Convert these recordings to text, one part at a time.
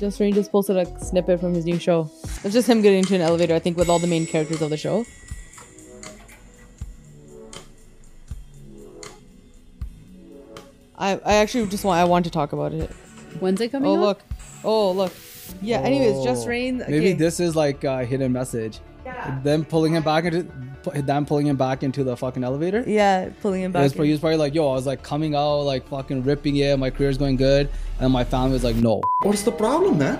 Joe Strange just posted a snippet from his new show. It's just him getting into an elevator, I think, with all the main characters of the show. I, I actually just want I want to talk about it. When's it coming Oh out? look, oh look, yeah. Anyways, just Oh. rain. Maybe okay. this is like a hidden message. Yeah. Them pulling him back into pu- them pulling him back into the fucking elevator. Yeah, pulling him It was, back. pro- he was probably like, "Yo, I was like coming out, like fucking ripping it. My career's going good," and my family was like, "No." What's the problem, man?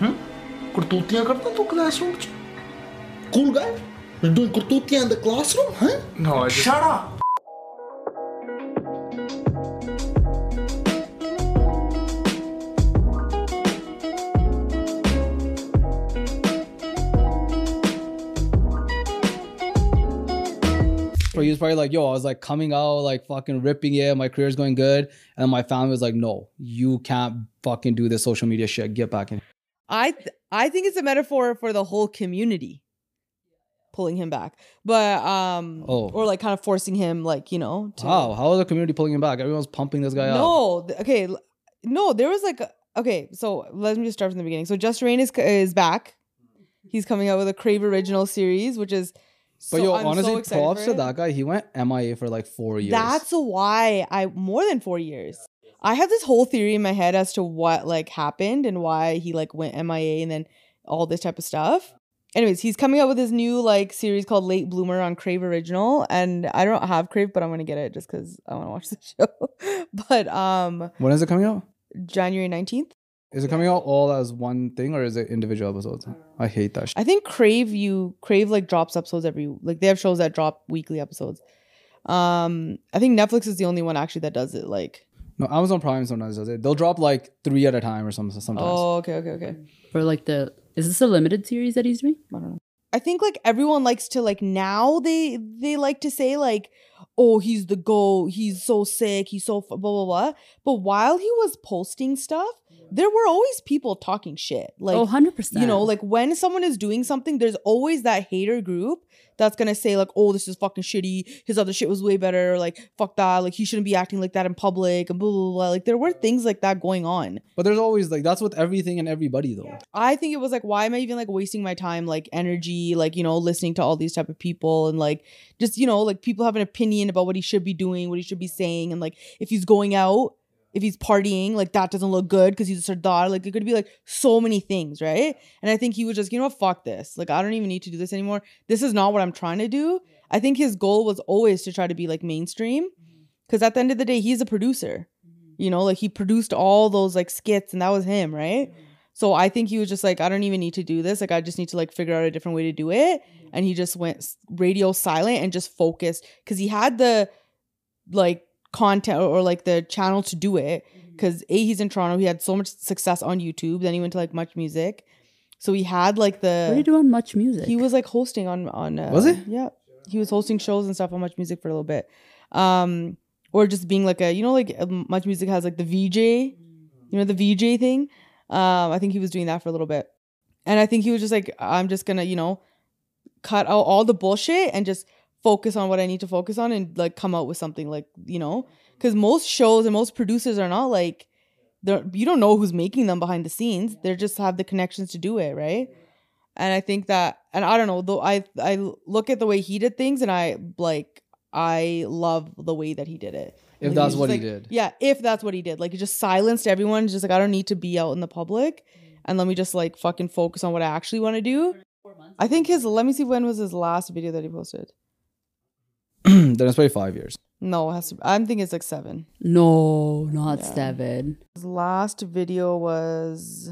Hmm? Kurtutiyan karta tu classroom ch? Cool guy? You're doing kurtutiyan in the classroom, Hm? huh? No, I just. Shut up! But he was probably like, "Yo, I was like coming out, like fucking ripping it. My career's going good," and my family was like, "No, you can't fucking do this social media shit. Get back in." I th- I think it's a metaphor for the whole community pulling him back, but um, Oh. or like kind of forcing him, like you know, to How? How is the community pulling him back? Everyone's pumping this guy up. no, th- okay, l- no, there was like a- okay, so let me just start from the beginning. So Just Rain is c- is back. He's coming out with a Crave original series, which is. so, But yo, I'm so honestly, excited props for to it. that guy. He went MIA for like four years. That's why I more than four years. I have this whole theory in my head as to what like happened and why he like went MIA and then all this type of stuff. Anyways, he's coming out with his new like series called Late Bloomer on Crave Original, and I don't have Crave, but I'm gonna get it just because I want to watch the show. but um, when is it coming out? January 19th, Is it coming out all as one thing or is it individual episodes? I hate that. Shit. I think Crave you Crave like drops episodes every like they have shows that drop weekly episodes. Um, I think Netflix is the only one actually that does it like. No, Amazon Prime sometimes does it. They'll drop like three at a time or something. Sometimes. Oh, okay, okay, okay. For like the is this a limited series that he's doing? I don't know. I think like everyone likes to like now they they like to say like oh he's the go he's so sick he's so f- blah blah blah but while he was posting stuff there were always people talking shit like oh, 100 percent. you know like when someone is doing something there's always that hater group that's gonna say like oh this is fucking shitty his other shit was way better like fuck that like he shouldn't be acting like that in public and blah blah blah like there were things like that going on But there's always like that's with everything and everybody though. I think it was like, why am I even like wasting my time, like energy, like you know, listening to all these type of people and like just you know, like people have an opinion about what he should be doing, what he should be saying, and like if he's going out, if he's partying, like that doesn't look good because he's a sardar. Like it could be like so many things, right? And I think he was just, you know, what, fuck this. Like I don't even need to do this anymore. This is not what I'm trying to do. I think his goal was always to try to be like mainstream, because at the end of the day, he's a producer. You know, like he produced all those like skits, and that was him, right? So I think he was just like, I don't even need to do this. Like, I just need to like figure out a different way to do it. And he just went s- radio silent and just focused because he had the like content or, or, like the channel to do it. Because a he's in Toronto, he had so much success on YouTube. Then he went to like Much Music, so he had like the what do you do on much music? uh, he was like hosting on on uh, Was he? Yeah, he was hosting shows and stuff on Much Music for a little bit, um, or just being like a you know like um, Much Music has like the VJ, you know the VJ thing. Um, I think he was doing that for a little bit, and I think he was just like, I'm just gonna you know cut out all the bullshit and just focus on what I need to focus on and like come out with something like you know because most shows and most producers are not like they're you don't know who's making them behind the scenes they just have the connections to do it right and i think that and i don't know though i i look at the way he did things and i like i love the way that he did it If Like, that's was what he just like- did. yeah if that's what he did like he just silenced everyone just like i don't need to be out in the public and let me just like fucking focus on what i actually want to do i think his let me see when was his last video that he posted then it's probably five years. no it has to, i'm thinking it's like seven no, not Yeah. Steven. His last video was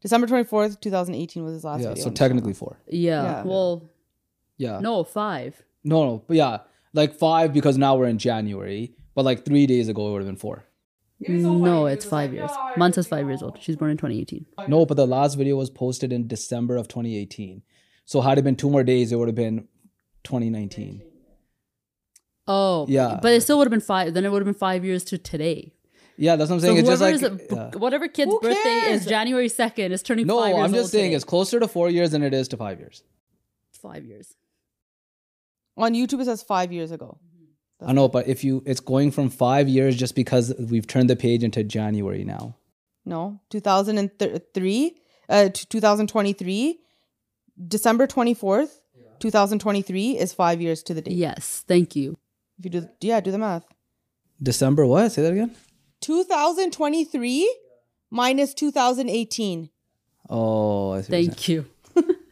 December 24th, 2018 was his last video. yeah. So on the channel. technically four. Yeah. Yeah. Well, Yeah. no, five. No, no, but yeah, like five because now we're in January. But like three days ago, it would have been four. No, it's five years. Monta's five years old. She's born in 2018. No, but the last video was posted in December of 2018. So had it been two more days, it would have been 2019. Oh, Yeah. But it still would have been five. Then it would have been five years to today. Yeah, that's what I'm So saying. it's just whoever like is b- yeah. whatever kid's Who birthday cares? is January second is turning no, five years I'm just old saying today. it's closer to four years than it is to five years. five years. on YouTube it says 5 years ago. I know, but if you, it's going from five years just because we've turned the page into January now. no 2003 uh t- 2023 december 24th 2023 is five years to the date Yes, thank you. if you do yeah do the math December what? Say that again. 2023 minus 2018 Oh, I see what you're saying. Thank you.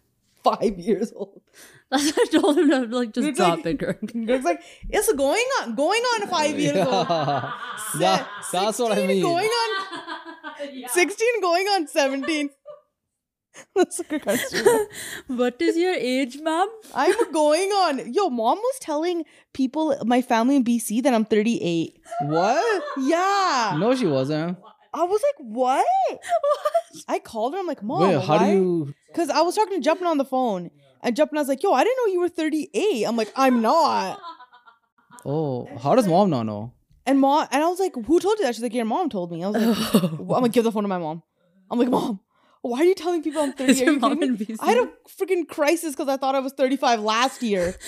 five years old That's what I told him to like just It's drop like- it, Greg. it's like it's going on going on five years old Se- That- that's what I 16 mean. going on 16 going on 17 That's like a cartoon. What is your age, ma'am? I'm going on. Yo, mom was telling people, my family in BC, that I'm 38. What? Yeah. No, she wasn't. I was like, what? I called her. I'm like, mom, Wait, how do you? Because I was talking to Jumpin on the phone, and Jumpin was like, yo, I didn't know you were 38. I'm like, I'm not. Oh, how does mom not know? And mom, and I was like, who told you that? She's like, your mom told me. I was like, I'm gonna give the phone to my mom. I'm like, mom, why are you telling people I'm 30? Is Are your you mom kidding me? in BC? I had a freaking crisis because I thought I was 35 last year.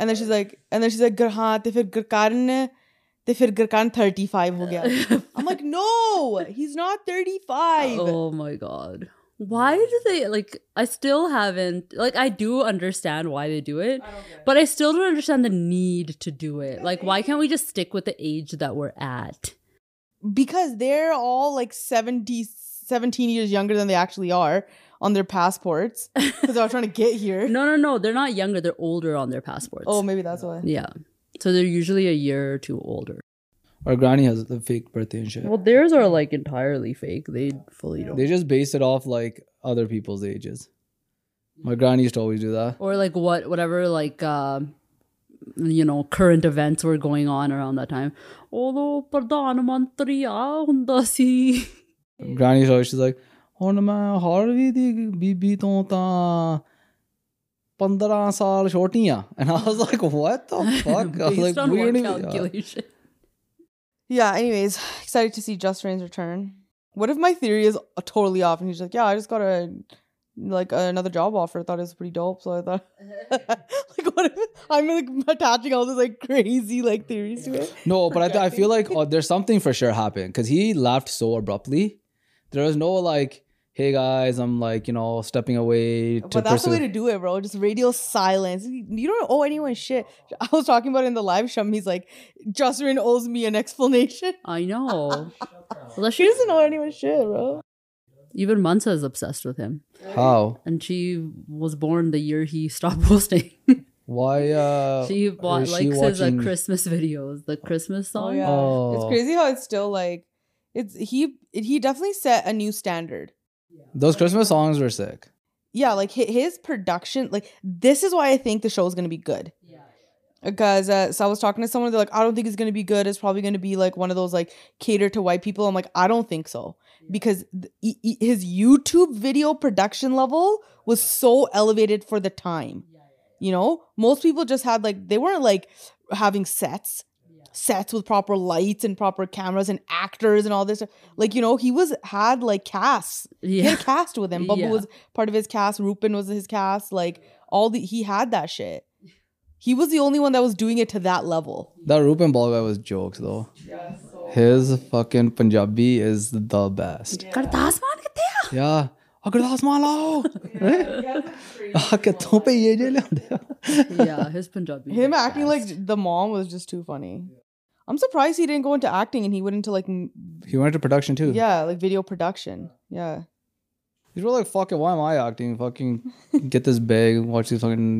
And then she's like, and then she's like, Gurhan, te fir Gurkaran, te fir Gurkaran 35 ho gaya. I'm like, no, he's not 35. Oh my god. Why do they like I still haven't like I do understand why they do it, but I still don't understand the need to do it. Like why can't we just stick with the age that we're at? Because they're all like 70, 17 years younger than they actually are on their passports because they were trying to get here. No, no, no, they're not younger, they're older on their passports. Oh, maybe that's why. yeah. So they're usually a year or two older. Our granny has the fake birthday and shit. Well, theirs are like entirely fake. They fully don't. They just base it off like other people's ages. My granny used to always do that. or like what whatever like uh, you know current events were going on around that time although pradhan mantri aa hunda si Granny used to always she's like, ਹੁਣ ਮੈਂ ਹੋਰ ਵੀ ਦੀ ਬੀਬੀ ਤੋਂ ਤਾਂ 15 ਸਾਲ ਛੋਟੀ ਆ and i was like what the Oh, fuck i was based like on we what don't even uh, calculation Yeah, anyways, excited to see Just Rain's return. What if my theory is uh, totally off and he's like, yeah, I just got a like another job offer. I thought it was pretty dope, so I thought like what if I'm like attaching all these like crazy like theories to it. no but I, th- I feel like oh, there's something for sure happened because he left so abruptly there was no like hey guys i'm like you know stepping away to but that's the pursue way to do it, bro. Just radio silence. You don't owe anyone shit. I was talking about it in the live show. and He's like, Just Rain owes me an explanation. i know well, She she, doesn't owe anyone shit, bro. Oh, even mansa is obsessed with him how and she was born the year he stopped posting why uh she bought, is she likes his uh, watching- christmas videos the christmas song Oh, yeah. oh It's crazy how it's still like it's he he definitely set a new standard. those christmas songs were sick yeah, like hi- his production, like this is why I think the show is gonna be good. Because uh, so I was talking to someone, they're like, I don't think it's gonna be good. It's probably gonna be like one of those like cater to white people. I'm like, I don't think so because th- e- e- his YouTube video production level was so elevated for the time. You know, most people just had like they weren't like having sets, sets with proper lights and proper cameras and actors and all this. stuff. Like you know, he was had like casts he yeah had a cast with him. Bubba Yeah. was part of his cast. Rupin was his cast. Like all the he had that shit. He was the only one that was doing it to that level. That Rupen Ball guy was jokes though. His fucking Punjabi is the best. Kardas maan kitte hai? Yeah. ਅਗਰ ਆਸਮਾਨ ਲਾਓ ਆ ਕਿੱਥੋਂ ਪਈ ਇਹ ਜੇ ਲਿਆਉਂਦੇ ਆ? yeah his punjabi Him acting like the mom was just too funny. I'm surprised he didn't go into acting and he went into like m- Mm. He went to production too. yeah like video production. Yeah, He's really like, fuck it, why am I acting? Fucking get this big, watch these fucking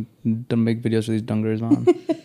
don't make videos for these dungers, man.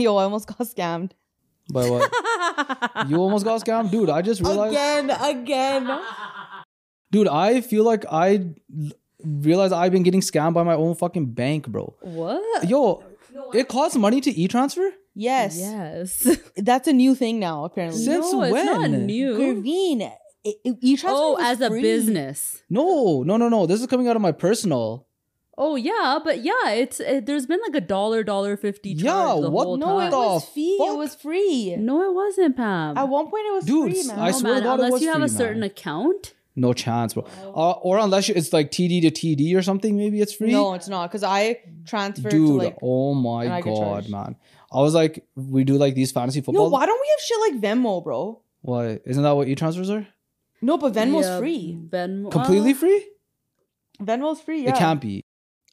yo, I almost got scammed But what? You almost got scammed? Dude, I just realized. again, again. Dude, I feel like I realized I've been getting scammed by my own fucking bank, bro. what Yo, it costs money to e transfer? Yes. Yes. That's a new thing now, apparently. Since no, it's not when? new. Gurveen, it- it- e-transfer Oh, was as a free. business. No, no, no, no. This is coming out of my personal. Oh yeah, but yeah, it's it, there's been like a dollar, dollar fifty charge Yeah, the what? whole No, No, time. Mm. it the was free. It fuck? was free. No, it wasn't, Pam. At one point, it was Dude, free, man. I No, swear to man, God, it unless was you have free, a certain man. account. No chance, bro. Oh. Uh, or unless you, it's like TD to TD or something, maybe it's free. No, it's not because I transferred Dude, to like. oh and I my get god, charged. man! I was like, we do like these fantasy No, football. why don't we have shit like Venmo, bro? What isn't that what e transfers are? No, but Venmo's Yeah, free. Venmo uh, Completely free. free? Venmo's free. Yeah. It can't be.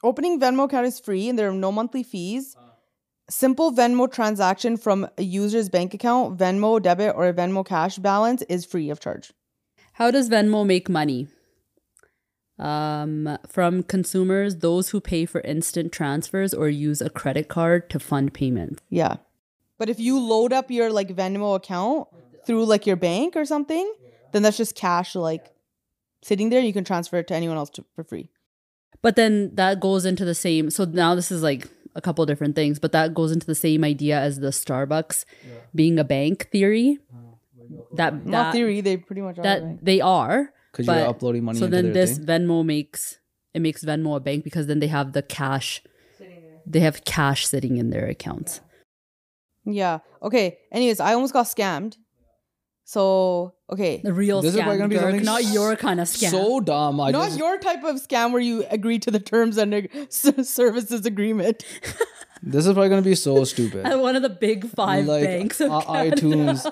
Opening Venmo account is free, and there are no monthly fees. Simple Venmo transaction from a user's bank account, Venmo debit or Venmo cash balance is free of charge. How does Venmo make money? Um, from consumers, those who pay for instant transfers or use a credit card to fund payments. Yeah. But if you load up your like Venmo account through like your bank or something, then that's just cash like sitting there. You can transfer it to anyone else to, for free. But then that goes into the same. So now this is like a couple different things, but that goes into the same idea as the Starbucks being a bank theory. Oh, That, Not that theory. They pretty much are. right? that they are. Because you're but- uploading money So into then their this thing. Venmo makes it makes Venmo a bank because then they have the cash. They have cash sitting in their accounts. Yeah. Okay. Anyways, I almost got scammed. So okay, The real This is scam, probably gonna be Dirk, something not your kind of scam. So dumb. I not just, your type of scam where you agree to the terms and ag- s- services agreement. this is probably gonna be so stupid. At one of the big five like banks of uh, Canada. iTunes,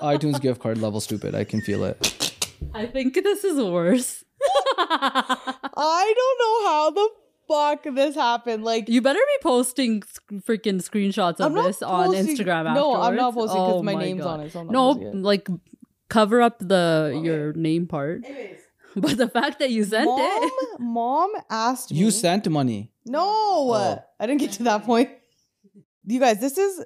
iTunes gift card level stupid. I can feel it. I think this is worse. I don't know how the fuck this happened. Like you better be posting sc- freaking screenshots of I'm not this on posting- Instagram. No, I'm not afterwards. posting 'cause Oh my name's on it, so I'm not no, posting it. like cover up the your name part. But the fact that you sent mom, it, mom asked me. You sent money. no. I didn't get to that point. You guys, this is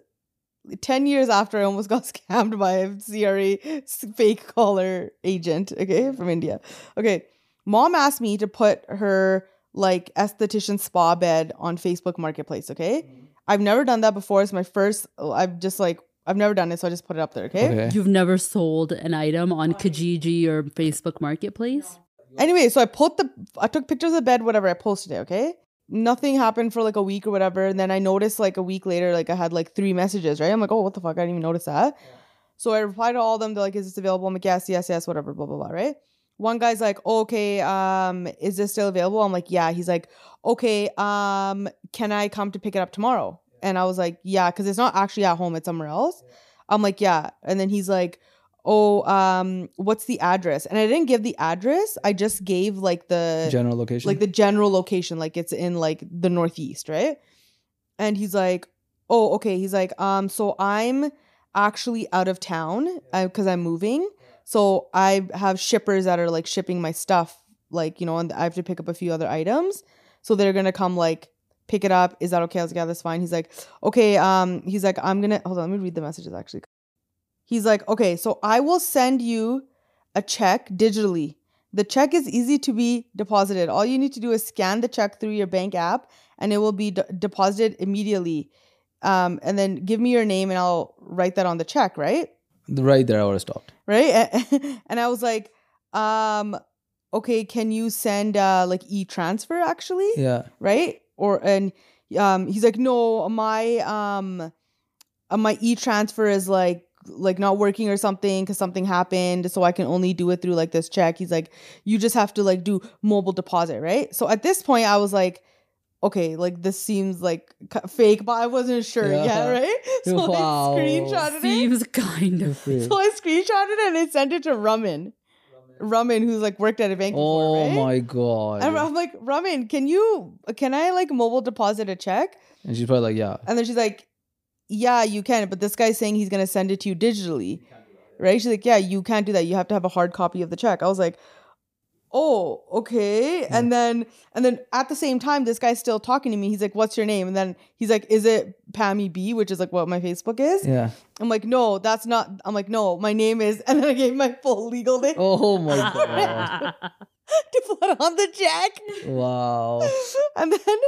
ten years after I almost got scammed by a CRA s- fake caller agent. Okay, from India. Okay, mom asked me to put her like esthetician spa bed on Facebook Marketplace. Okay, I've never done that before. It's my first. I've just like I've never done it, so I just put it up there. Okay. Okay. you've never sold an item on Kijiji or Facebook Marketplace. Anyway, so I put the I took pictures of the bed, whatever. I posted it. Okay. Nothing happened for like a week or whatever. And then I noticed like a week later, like I had like three messages. Right. I'm like, oh, what the fuck? I didn't even notice that. So I replied to all of them. They're like, is this available? I'm like, yes, yes, yes, whatever. Blah blah blah. Right. One guy's like, okay, um, is this still available? I'm like, yeah. He's like, okay, um, can I come to pick it up tomorrow? And I was like, yeah, because it's not actually at home. It's somewhere else. I'm like, yeah. And then he's like, oh, um, what's the address? And I didn't give the address. I just gave like the General location. like the general location, like it's in like the northeast, right? And he's like, oh, okay. He's like, um, so I'm actually out of town because I'm moving. So I have shippers that are like shipping my stuff, like you know, and I have to pick up a few other items. So they're gonna come like pick it up. Is that okay? I was like, yeah, that's fine. He's like, okay. Um, he's like, I'm gonna hold on. Let me read the messages actually. He's like, okay, so I will send you a check digitally. The check is easy to be deposited. All you need to do is scan the check through your bank app and it will be de- deposited immediately. Um, and then give me your name and I'll write that on the check, right? right there, I would have stopped. Right? And I was like, um, okay, can you send uh, like e transfer actually? Yeah. right? Or and um, he's like, no, my um, uh, my e transfer is like like not working or something because something happened, so I can only do it through like this check. He's like, you just have to like do mobile deposit, right? So at this point, I was like. Okay, like this seems like k- fake, but I wasn't sure Yeah. yet, right? So Wow. I screenshotted it. Seems kind of So I screenshotted it and I sent it to Ramin. Ramin, who's like worked at a bank before, Oh right? my god. And I'm like, Ramin, can you can I like mobile deposit a check? And she's probably like, yeah. And then she's like, Yeah, you can, but this guy's saying he's gonna send it to you digitally. Right? She's like, Yeah, you can't do that. You have to have a hard copy of the check. I was like, Oh, okay. And then and then at the same time, this guy's still talking to me. He's like, What's your name? And then he's like, Is it Pammy B, which is like what my Facebook is? Yeah. I'm like, No, that's not I'm like, No, my name is and then I gave my full legal name Oh my god. to put on the check. wow. and then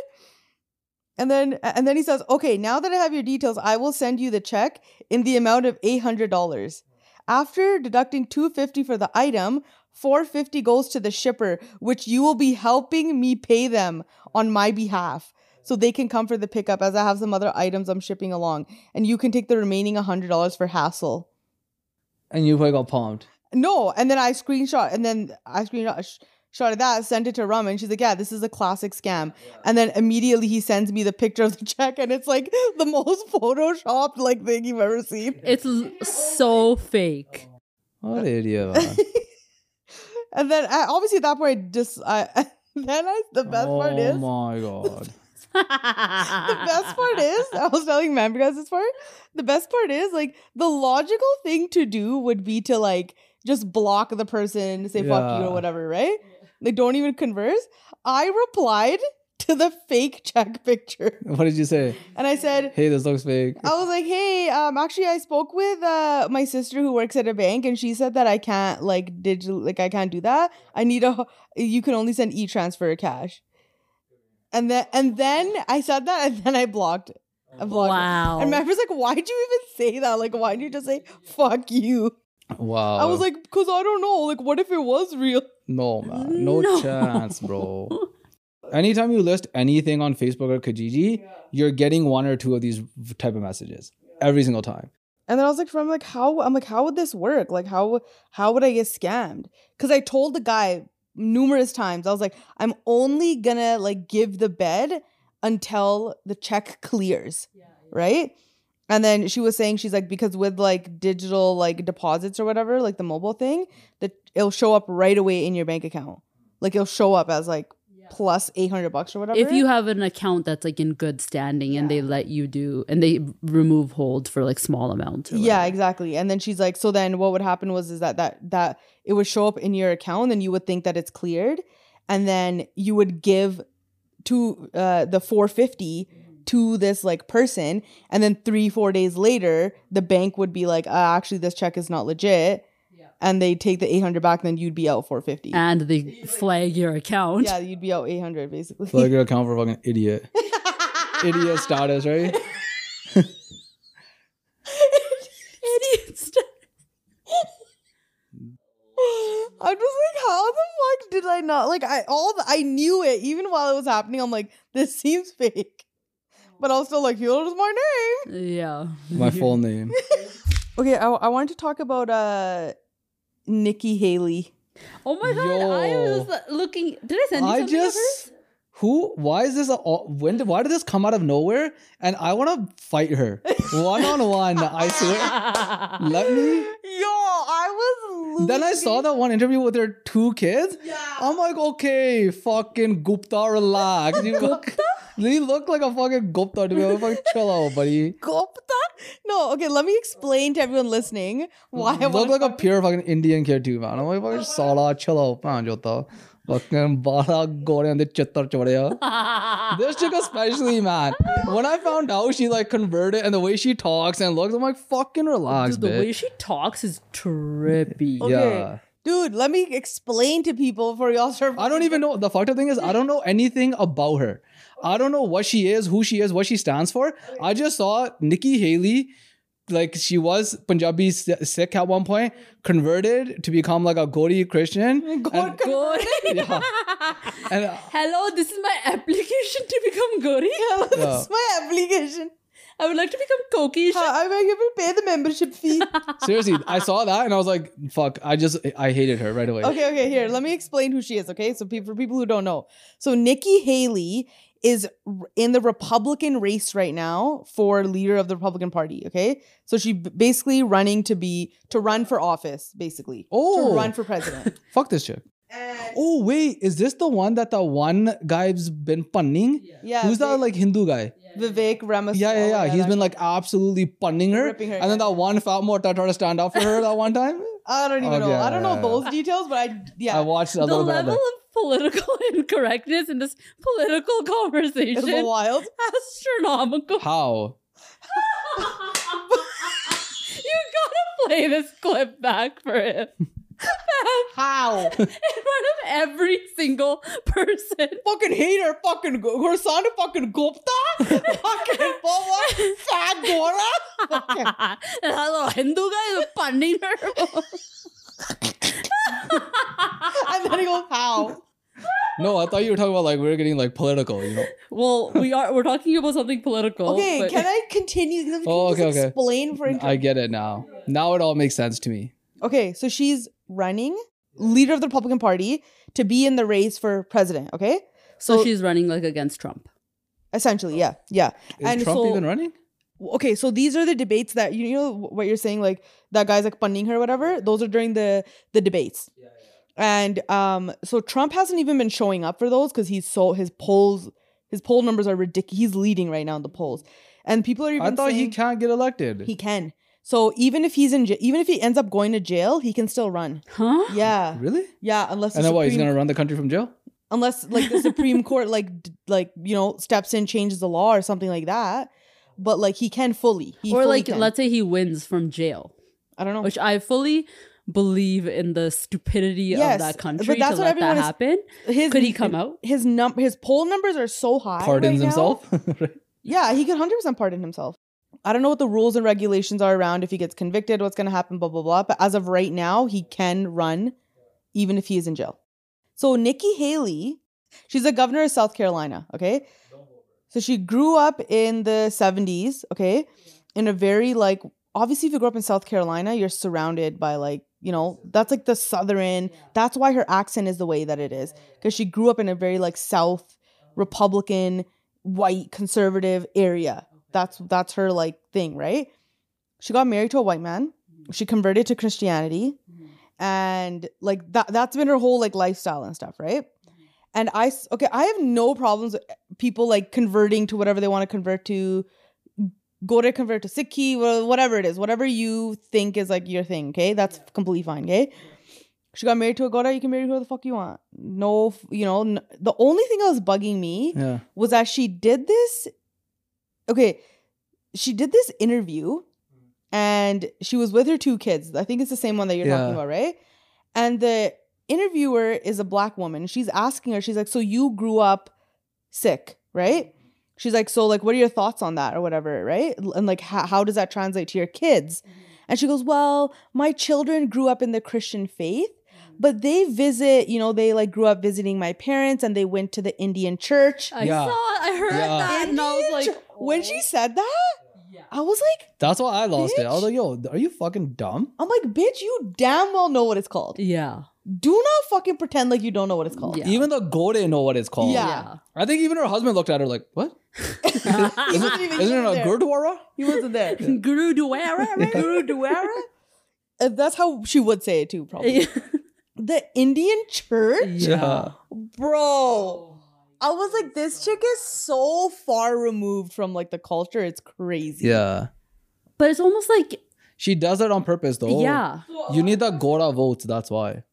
And then and then he says, "Okay, now that I have your details, I will send you the check in the amount of $800. After deducting 250 for the item, 450 goes to the shipper, which you will be helping me pay them on my behalf." So they can come for the pickup as I have some other items I'm shipping along, and you can take the remaining $100 for hassle. And you probably got palmed. No, and then I screenshot, and then I screenshot sh- shot of that, sent it to Rum, and she's like, "Yeah, this is a classic scam." And then immediately he sends me the picture of the check, and it's like the most photoshopped like thing you've ever seen. It's l- so fake. What an idiot. man. And then I, obviously at that point, I just I then I the best oh part is my god. the best part is I was telling man because this part. The best part is like the logical thing to do would be to like just block the person and say fuck you Yeah. or whatever, right? Like don't even converse. I replied to the fake check picture What did you say? and I said, Hey, this looks fake. I was like, hey, um, actually, I spoke with uh, my sister who works at a bank, and she said that I can't like digital, like I can't do that. I need a, you can only send e transfer cash. And then, and then I said that, and then I blocked. it. I blocked. Wow. wow. And Maverick's like, why'd you even say that? Like, why'd you just say fuck you? Wow. I was like, cause I don't know. Like, what if it was real? no man, no, No. chance, bro. Anytime you list anything on Facebook or Kijiji, you're getting one or two of these type of messages every single time. And then I was like, from like how I'm like, how would this work? Like how how would I get scammed? Cause I told the guy numerous times, I was like, I'm only gonna like give the bed until the check clears. Right? And then she was saying she's like, because with like digital like deposits or whatever, like the mobile thing, that it'll show up right away in your bank account. Like it'll show up as like plus eight hundred bucks or whatever. if you have an account that's like in good standing and they let you do and they remove hold for like small amounts. or yeah whatever. exactly and then she's like so then what would happen was is that that that it would show up in your account and you would think that it's cleared and then you would give to uh the 450 to this like person and then three four days later the bank would be like uh, actually this check is not legit and they take the 800 back and then you'd be out 450 And they flag your account. yeah you'd be out 800 basically Plug your account for fucking idiot. idiot status, right? Idiot stuff. I'm just like, how the fuck did I not like? I all the, I knew it even while it was happening. I'm like, this seems fake, but also like, here's my name. Yeah. My full name. Okay, I, I wanted to talk about uh, Nikki Haley. Oh my god, I Yo. was looking. Did I send you I something of just who? Why is this? A, all- when? Did, why did this come out of nowhere? And I want to fight her one on one. I swear. hers? Let me. Yo, I was. Losing. Then I saw that one interview with her two kids. Yeah. I'm like, okay, fucking Gupta, relax. You look, you look like a fucking Gupta to me. I'm like, chill out, buddy. Gupta. No, okay, let me explain to everyone listening why I You look want. like a pure fucking Indian kid too, man. I'm like, fucking sala, chill out, man, jota. Fucking bala gore and the chittar chodya. This chick especially, man. When I found out she like converted and the way she talks and looks, I'm like, fucking relax, Dude, the way bitch. she talks is trippy. Okay. Yeah. Dude, let me explain to people for y'all. Start- I don't even know. The fucked up thing is, I don't know anything about her. I don't know what she is, who she is, what she stands for. I just saw Nikki Haley, like she was Punjabi si- Sikh at one point, converted to become like a Gaudi Oh Christian. and, Gauri. Yeah. and Hello, this is my application to become Gauri. this is my application. I would like to become Koki. How am I able to pay the membership fee? seriously, I saw that and I was like, fuck, I just, I hated her right away. Okay, okay, here. Let me explain who she is, okay? So pe- for people who don't know. So Nikki Haley is r- in the Republican race right now for leader of the Republican Party, okay? So she b- basically running to be to run for office basically. Oh. To run for president. Fuck this chick. Oh, wait, is this the one that the one guy's been punning? yeah. Who's that Vi- like Hindu guy? Vivek Ramaswamy? Yeah, yeah, yeah. He's that been guy. like absolutely punning her. Ripping her, and then yeah. that one fat morta tried to stand up for her that one time. I don't even Oh, know. yeah, I don't yeah, know yeah. those details, but I yeah. I watched a the little bit of level that. of political incorrectness in this political it's conversation wild. astronomical. How? you gotta play this clip back for him How? in front of every single person. fucking hater, fucking G- Horsana fucking Gupta. fucking Boba fat Gora. that little Hindu guy is punning her. And then he goes, how? No, I thought you were talking about like we are getting like political, you know. well, we are we're talking about something political. Okay, but- can I continue? Can Oh, you okay, just okay. Explain for I get it now. Now it all makes sense to me. Okay, so she's running, leader of the Republican Party, to be in the race for president. Okay, so she's running like against Trump. essentially, yeah, yeah. Is Trump even running? okay, so these are the debates that you know what you're saying, like that guy's like punning her, or whatever. Those are during the the debates. And um, so Trump hasn't even been showing up for those because he's so his polls, his poll numbers are ridiculous. He's leading right now in the polls, and people are even. I thought he saying- can't get elected. He can. So even if he's in, j- even if he ends up going to jail, he can still run. Huh? Yeah, really? yeah. Unless the And then what? He's Supreme- gonna run the country from jail? unless like the Supreme Court like d- like you know steps in, changes the law or something like that. But like he can fully, he or fully like can. let's Oh, say he wins from jail. I don't know. Which I fully believe in the stupidity Yes, of that but country to that's what let that everyone is- happen. his, Could he come out? His num his poll numbers are so high. right Pardons now. himself. Right? Yeah, he could hundred percent pardon himself. I don't know what the rules and regulations are around if he gets convicted, what's going to happen, blah blah blah. But as of right now, he can run, even if he is in jail. So Nikki Haley, she's a governor of South Carolina. Okay, so she grew up in the seventies. Okay, in a very like obviously if you grow up in South Carolina, you're surrounded by like you know that's like the southern. That's why her accent is the way that it is because she grew up in a very like South Republican white conservative area. That's that's her like thing, right? She got married to a white man. She converted to Christianity, and like that that's been her whole like lifestyle and stuff, right? And I s- okay, I have no problems with people like converting to whatever they want to convert to. Go to convert to Sikhi, wha- whatever it is, whatever you think is like your thing. Okay, that's completely fine. Okay. She got married to a Goda. You can marry whoever the fuck you want. No, f- you know. N- the only thing that was bugging me Yeah. was that she did this okay she did this interview and she was with her two kids i think it's the same one that you're Yeah. talking about right and the interviewer is a black woman she's asking her she's like so you grew up sick right she's like so like what are your thoughts on that or whatever right and like how, how does that translate to your kids and she goes well my children grew up in the christian faith but they visit you know they like grew up visiting my parents and they went to the indian church I Yeah. saw I heard Yeah. that and I was like "Oh." when she said that, I was like, That's why I lost it. I was Bitch. like, yo, are you fucking dumb? I'm like, bitch, you damn well know what it's called. Yeah. Do not fucking pretend like you don't know what it's called. Yeah. Even the Gore know what it's called. Yeah. I think even her husband looked at her like, what? He Yeah. wasn't even Isn't it there. a Gurdwara? He wasn't there. Guru Duwara, Guru Duwara. Uh, That's how she would say it too, probably. The Indian church, Yeah. bro. I was like, this chick is so far removed from like the culture. It's crazy. Yeah. But it's almost like She does it on purpose though. yeah. You need the Gora votes, that's why.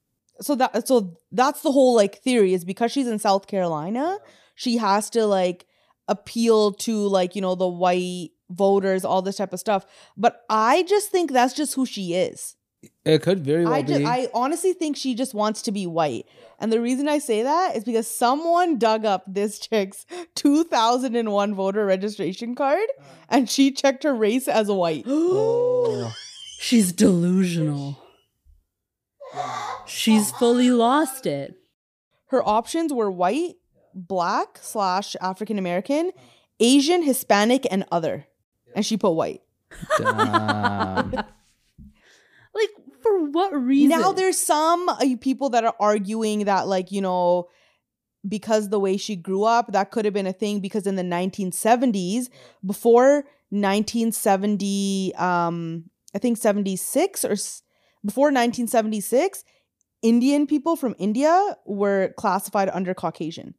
so that so that's the whole like theory is because she's in South Carolina, she has to like appeal to like you know the white voters, all this type of stuff. But I just think that's just who she is. It could very well I just be. I honestly think she just wants to be white, and the reason I say that is because someone dug up this chick's 2001 voter registration card, and she checked her race as white. Oh. She's delusional. She's fully lost it. her options were white, black slash African American, Asian, Hispanic, and other. And she put white. Damn. Like for what reason? Now there's some uh, people that are arguing that like you know because the way she grew up that could have been a thing because in the 1970s before 1970 um I think 76 or s- before 1976 Indian people from India were classified under Caucasian.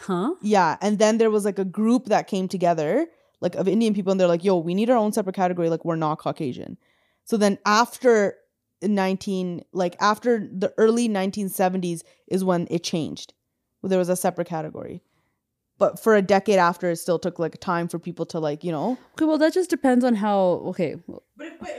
huh? Yeah, and then there was like a group that came together, like of Indian people, and they're like, "Yo, we need our own separate category. Like, we're not Caucasian." So then, after nineteen, like after the early nineteen seventies, is when it changed. There was a separate category, but for a decade after, it still took like time for people to like you know. Okay, well that just depends on how okay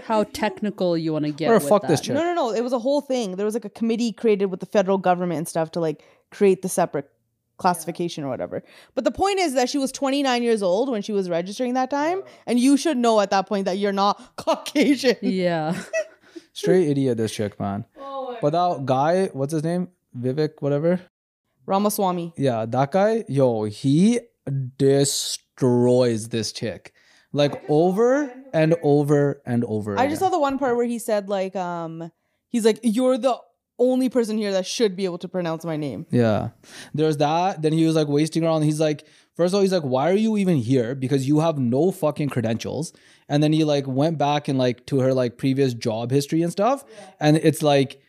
how technical you want to get. Or with fuck this that. chick. No, no, no. It was a whole thing. There was like a committee created with the federal government and stuff to like create the separate classification or whatever. But the point is that she was 29 years old when she was registering that time, and you should know at that point that you're not Caucasian. Yeah. Straight idiot, this chick, man. but that guy, what's his name? Vivek, whatever. Ramaswamy. Yeah, that guy, yo, he destroys this chick. Like over and over and over. I just saw again. the one part where he said like um he's like you're the only person here that should be able to pronounce my name. Yeah. There's that. Then he was like wasting around. He's like, first of all, he's like, why are you even here? Because you have no fucking credentials. And then he like went back and like to her like previous job history and stuff. And it's like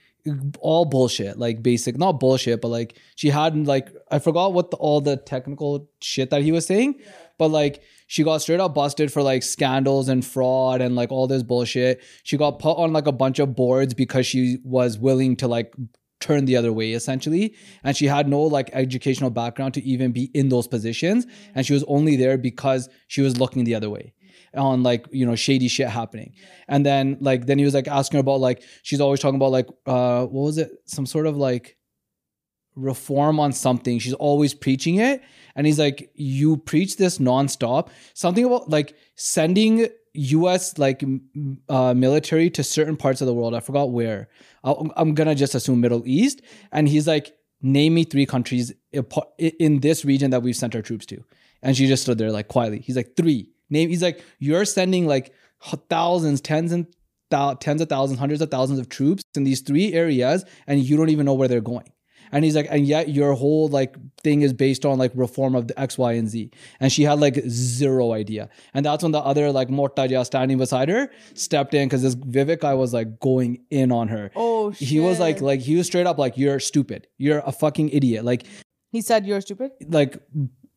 all bullshit, like basic, not bullshit, but like she had like, I forgot what the, all the technical shit that he was saying, but like she got straight up busted for like scandals and fraud and like all this bullshit. She got put on like a bunch of boards because she was willing to like turn the other way essentially and she had no like educational background to even be in those positions and she was only there because she was looking the other way on like you know shady shit happening and then like then he was like asking her about like she's always talking about like uh what was it some sort of like reform on something she's always preaching it and he's like you preach this nonstop something about like sending us like m- uh military to certain parts of the world i forgot where I'll- I'm gonna just assume Middle East. And he's like, name me three countries apo- i- in this region that we've sent our troops to. And she just stood there like quietly. He's like, three. Name. He's like, you're sending like h- thousands, tens and thou- tens of thousands, hundreds of thousands of troops in these three areas, and you don't even know where they're going. And he's like, and yet your whole like thing is based on like reform of the X, Y, and Z. And she had like zero idea. And that's when the other like Mortaja standing beside her stepped in because this Vivek guy was like going in on her Oh shit. he was like like he was straight up like you're stupid you're a fucking idiot like he said you're stupid. like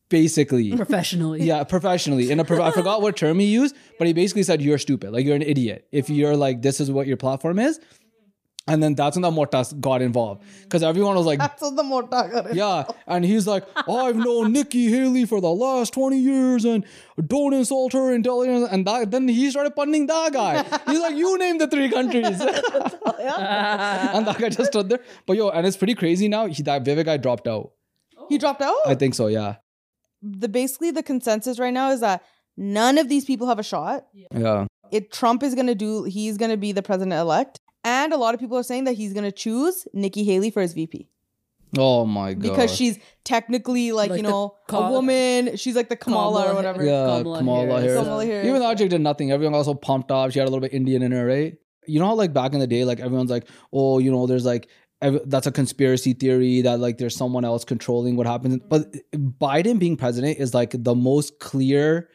basically Professionally. yeah professionally in a prof- i forgot what term he used but he basically said you're stupid like you're an idiot if you're like this is what your platform is and then that's when the mortas got involved because everyone was like That's what the mortar got in. yeah and he's like i've known nikki haley for the last 20 years and don't insult her intelligence and that, then he started punning that guy he's like you name the three countries and that guy just stood there. But yo, and it's pretty crazy now. He, that Vivek guy dropped out. He dropped out. I think so. Yeah. the basically the consensus right now is that none of these people have a shot. Yeah. It Trump is gonna do. He's gonna be the president elect, and a lot of people are saying that he's gonna choose Nikki Haley for his VP Oh my god. because she's technically like, Like you the know Ka- a woman. She's like the Kamala Kamala or whatever. Harris. yeah, Kamala Kamala, Harris. Harris. Kamala Harris. Even that chick did nothing. Everyone got so pumped up. She had a little bit Indian in her, right? You know how like back in the day, like everyone's like, oh, you know, there's like ev- that's a conspiracy theory that like there's someone else controlling what happens. But Biden being president is like the most clear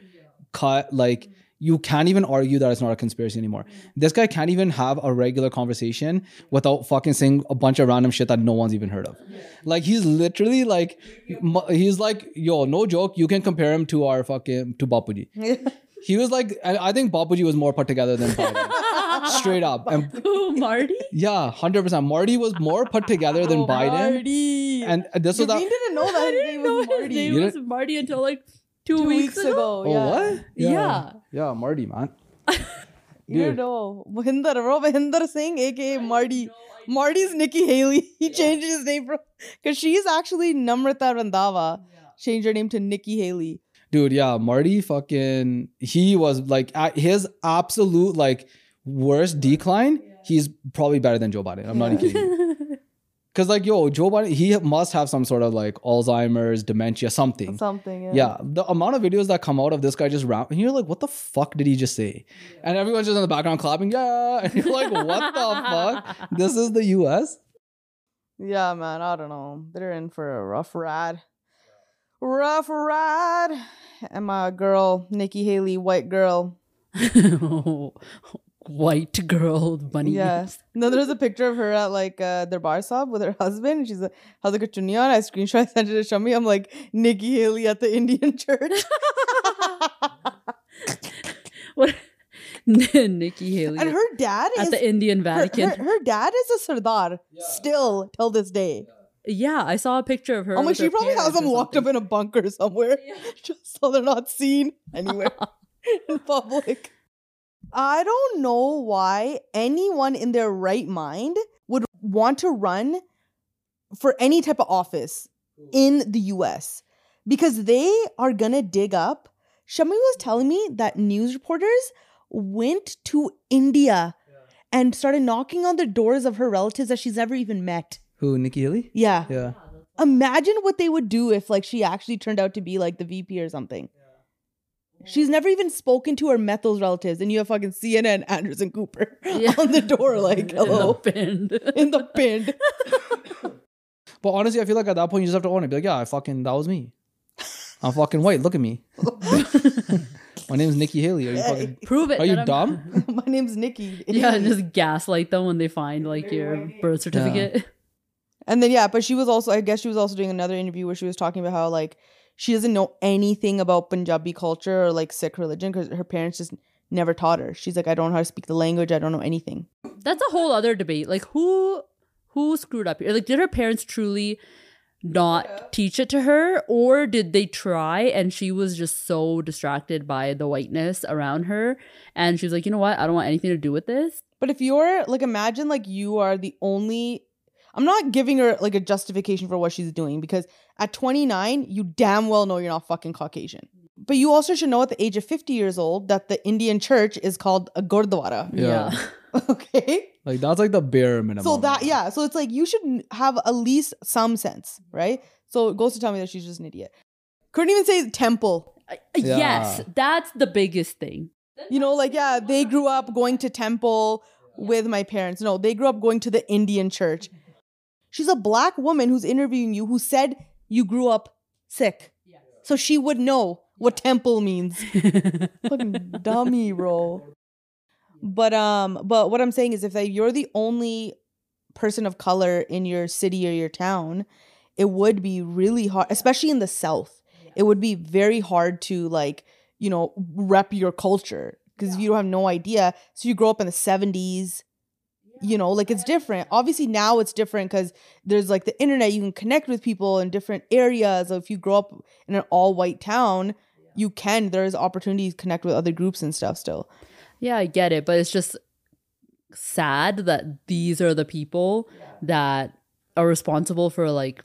cut. Like you can't even argue that it's not a conspiracy anymore. This guy can't even have a regular conversation without fucking saying a bunch of random shit that no one's even heard of. Like he's literally like, mu- he's like, yo, no joke. You can compare him to our fucking to Bapuji. He was like, I I think Bapuji was more put together than Biden. Straight up. And Who, Marty? yeah, 100%. Marty was more put together than Biden. Oh, Marty. And this was that. Naveen didn't know that I his didn't name know was his Marty. name You was Marty until like two, Two weeks, ago. Oh, what? Yeah. Yeah, Marty, man. You Dude. know, Mahinder, bro, Mahinder Singh, aka Marty. Marty's Nikki Haley. He changed his name from because she's actually Namrata Randava. Changed her name to Nikki Haley. Dude, yeah, Marty fucking. He was like, at his absolute like worst decline, he's probably better than Joe Biden. I'm not even kidding. Because, like, yo, Joe Biden, he must have some sort of like Alzheimer's, dementia, something. Something. Yeah. Yeah, the amount of videos that come out of this guy just rap, and you're like, what the fuck did he just say? And everyone's just in the background clapping, yeah. And you're like, what the fuck? This is the US? Yeah, man. I don't know. They're in for a rough ride. Rough ride. And my girl, Nikki Haley, white girl. White girl bunny. Yes. No, there's a picture of her at like uh, their bar sob with her husband. She's like, how's it chunni on? I screenshot sent it to Shami. I'm like, Nikki Haley at the Indian church. What? Nikki Haley and her dad at is the Indian her, Vatican. her- her dad is a sardar still till this day. yeah, I saw a picture of her. I'm like, Oh with she her probably has parents them or locked up something. in a bunker somewhere, just so they're not seen anywhere in public. I don't know why anyone in their right mind would want to run for any type of office. in the US because they are going to dig up. Shami was telling me that news reporters went to India and started knocking on the doors of her relatives that she's never even met. Who, Nikki Haley? Yeah. Yeah. Imagine what they would do if like she actually turned out to be like the VP or something. She's never even spoken to or met those relatives, and you have fucking CNN Anderson Cooper Yeah. on the door, like hello in the bin. But honestly, I feel like at that point you just have to own it. Be like, yeah, I fucking that was me. I'm fucking white. Look at me. My name's Nikki Haley. Are you fucking? Prove it. Are you that I'm- dumb? My name's Nikki. Yeah, and just gaslight them when they find like your birth certificate. And then yeah, but she was also I guess she was also doing another interview where she was talking about how like she doesn't know anything about Punjabi culture or like Sikh religion because her parents just never taught her. She's like, I don't know how to speak the language. I don't know anything. That's a whole other debate. Like who who screwed up here? Like did her parents truly not teach it to her or did they try and she was just so distracted by the whiteness around her and she was like, "You know what? I don't want anything to do with this." But if you're like, imagine like you are the only. I'm not giving her like a justification for what she's doing because at 29, you damn well know you're not fucking Caucasian. But you also should know at the age of 50 years old that the Indian church is called a Gurdwara. Yeah. Okay. Like that's like the bare minimum. So that yeah, so it's like you should n- have at least some sense, right? So it goes to tell me that she's just an idiot. Couldn't even say temple. I- Yeah. Yes, that's the biggest thing. You know, like yeah, they grew up going to temple with my parents. No, they grew up going to the Indian church. She's a black woman who's interviewing you who said you grew up sick. So she would know what temple means. fucking dummy bro but um but what i'm saying is if that you're the only person of color in your city or your town it would be really hard especially in the south it would be very hard to like you know rep your culture because you have no idea so you grow up in the 70s you know like it's different obviously now it's different because there's like the internet you can connect with people in different areas so if you grow up in an all white town you can there's opportunities to connect with other groups and stuff still Yeah, I get it, but it's just sad that these are the people that are responsible for like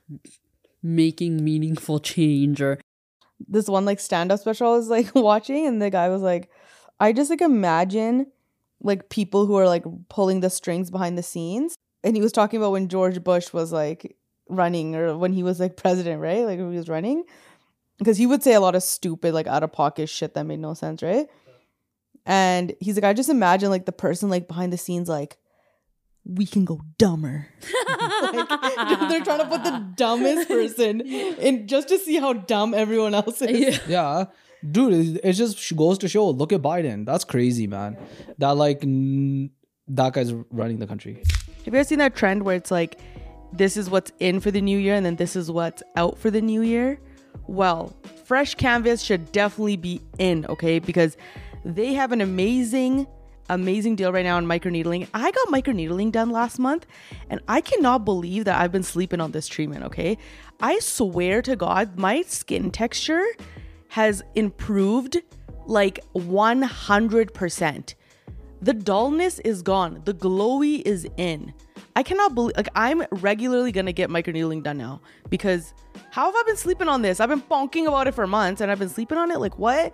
making meaningful change or this one like stand-up special I was like watching and the guy was like i just like imagine like people who are like pulling the strings behind the scenes and he was talking about when george bush was like running or when he was like president right like when he was running because he would say a lot of stupid like out of pocket shit that made no sense right and he's like i just imagine like the person like behind the scenes like we can go dumber like, they're trying to put the dumbest person in just to see how dumb everyone else is Yeah. Yeah. Dude, it- it just sh- goes to show. Look at Biden. That's crazy, man. That like n- that guy's running the country. Have you guys seen that trend where it's like, this is what's in for the new year and then this is what's out for the new year? Well, Fresh Canvas should definitely be in, okay? Because they have an amazing, amazing deal right now on microneedling. I got microneedling done last month and I cannot believe that I've been sleeping on this treatment, okay? I swear to God, my skin texture has improved like 100% the dullness is gone the glowy is in i cannot believe like i'm regularly gonna get microneedling done now because how have i been sleeping on this i've been bonking about it for months and i've been sleeping on it like what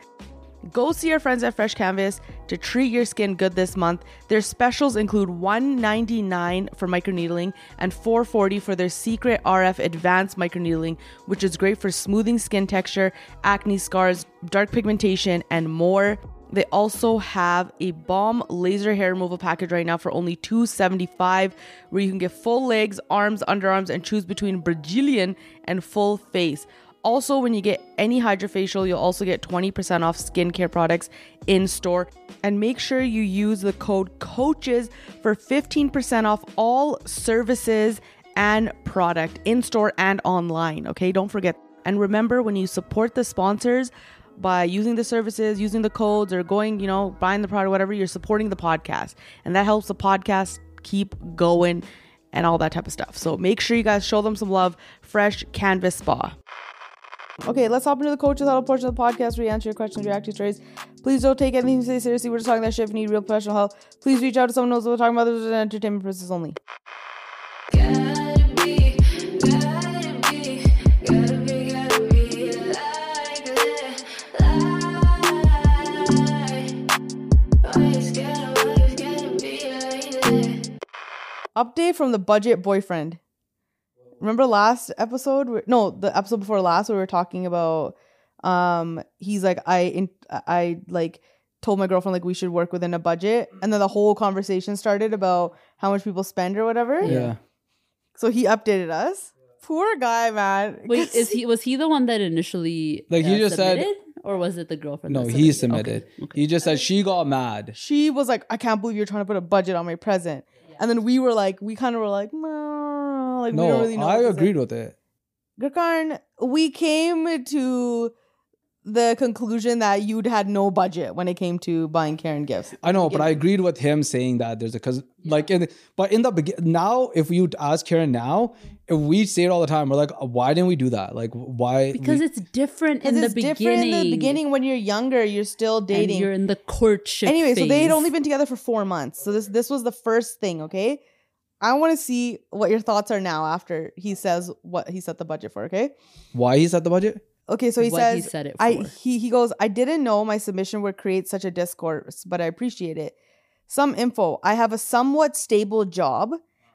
Go see our friends at Fresh Canvas to treat your skin good this month. Their specials include $199 for microneedling and $440 for their secret RF advanced microneedling, which is great for smoothing skin texture, acne scars, dark pigmentation, and more. They also have a balm laser hair removal package right now for only $275, where you can get full legs, arms, underarms, and choose between Brazilian and full face. Also, when you get any hydrofacial, you'll also get 20% off skincare products in store. And make sure you use the code COACHES for 15% off all services and product in store and online. Okay, don't forget. And remember, when you support the sponsors by using the services, using the codes, or going, you know, buying the product, whatever, you're supporting the podcast. And that helps the podcast keep going and all that type of stuff. So make sure you guys show them some love. Fresh Canvas Spa. Okay, let's hop into the coaches huddle portion of the podcast where we answer your questions, react to your stories. Please don't take anything you say seriously. We're just talking that shit. If you need real professional help, please reach out to someone who knows what we're talking about. This is an entertainment purposes only. Gotta be, gotta be, gotta update from the budget boyfriend. Remember last episode? where- No, the episode before last, we were talking about. Um, he's like, I, in, I like told my girlfriend like we should work within a budget, and then the whole conversation started about how much people spend or whatever. Yeah. So he updated us. Poor guy, man. Wait, is he was he the one that initially uh, Like, he just said- submitted? or was it the girlfriend? No, that he Okay, submitted. okay. He just said she got mad. she was like, I can't believe you're trying to put a budget on my present. And then we were like, we kind of were like, no, like we No, don't really know. I what to say. agreed with it. Gurkarn, we came to the conclusion that you'd had no budget when it came to buying Karen gifts. I know, but I agreed with him saying that there's a because like in but in the beginning now if you ask Karen now if we say it all the time we're like why didn't we do that like why because we- it's different in Because the it's beginning. different in the beginning when you're younger, you're still And dating. you're in the courtship. anyway, so they phase. had only been together for four months. So this this was the first thing, okay? I want to see what your thoughts are now after he says what he set the budget for, okay? why he set the budget Okay, so he What says he said it I for. he he goes, I didn't know my submission would create such a discourse, but I appreciate it. Some info. I have a somewhat stable job,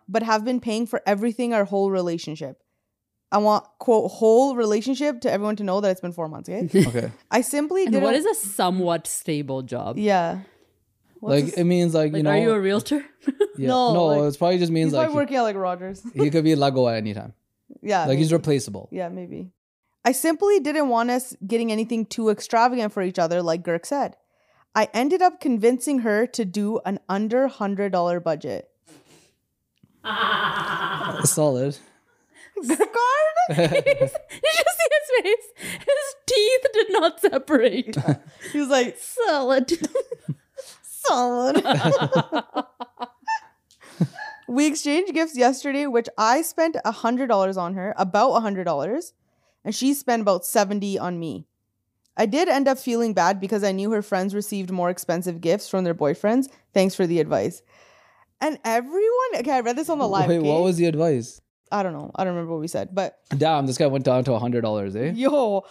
but have been paying for everything our whole relationship. I want quote whole relationship to everyone to know that it's been four months. Okay, okay I simply and didn't. what is a somewhat stable job? Yeah, What's like this- it means like, Like, you know are you a realtor? yeah. No, no like- it's probably just he's means probably like he, working at like Rogers. he could be Lego at any time yeah, like he's maybe. replaceable Yeah, maybe. I simply didn't want us getting anything too extravagant for each other, like Girk said. I ended up convincing her to do an under $100 budget. solid Girkard? Did you just see his face? His teeth did not separate. He was like, Solid. solid. we exchanged gifts yesterday, which I spent $100 on her, about $100, and she spent about 70 on me. I did end up feeling bad because I knew her friends received more expensive gifts from their boyfriends. Thanks for the advice. And everyone, okay, I read this on the live. wait what okay? was the advice I don't know. I don't remember what we said, but damn this guy went down to a hundred dollars eh yo,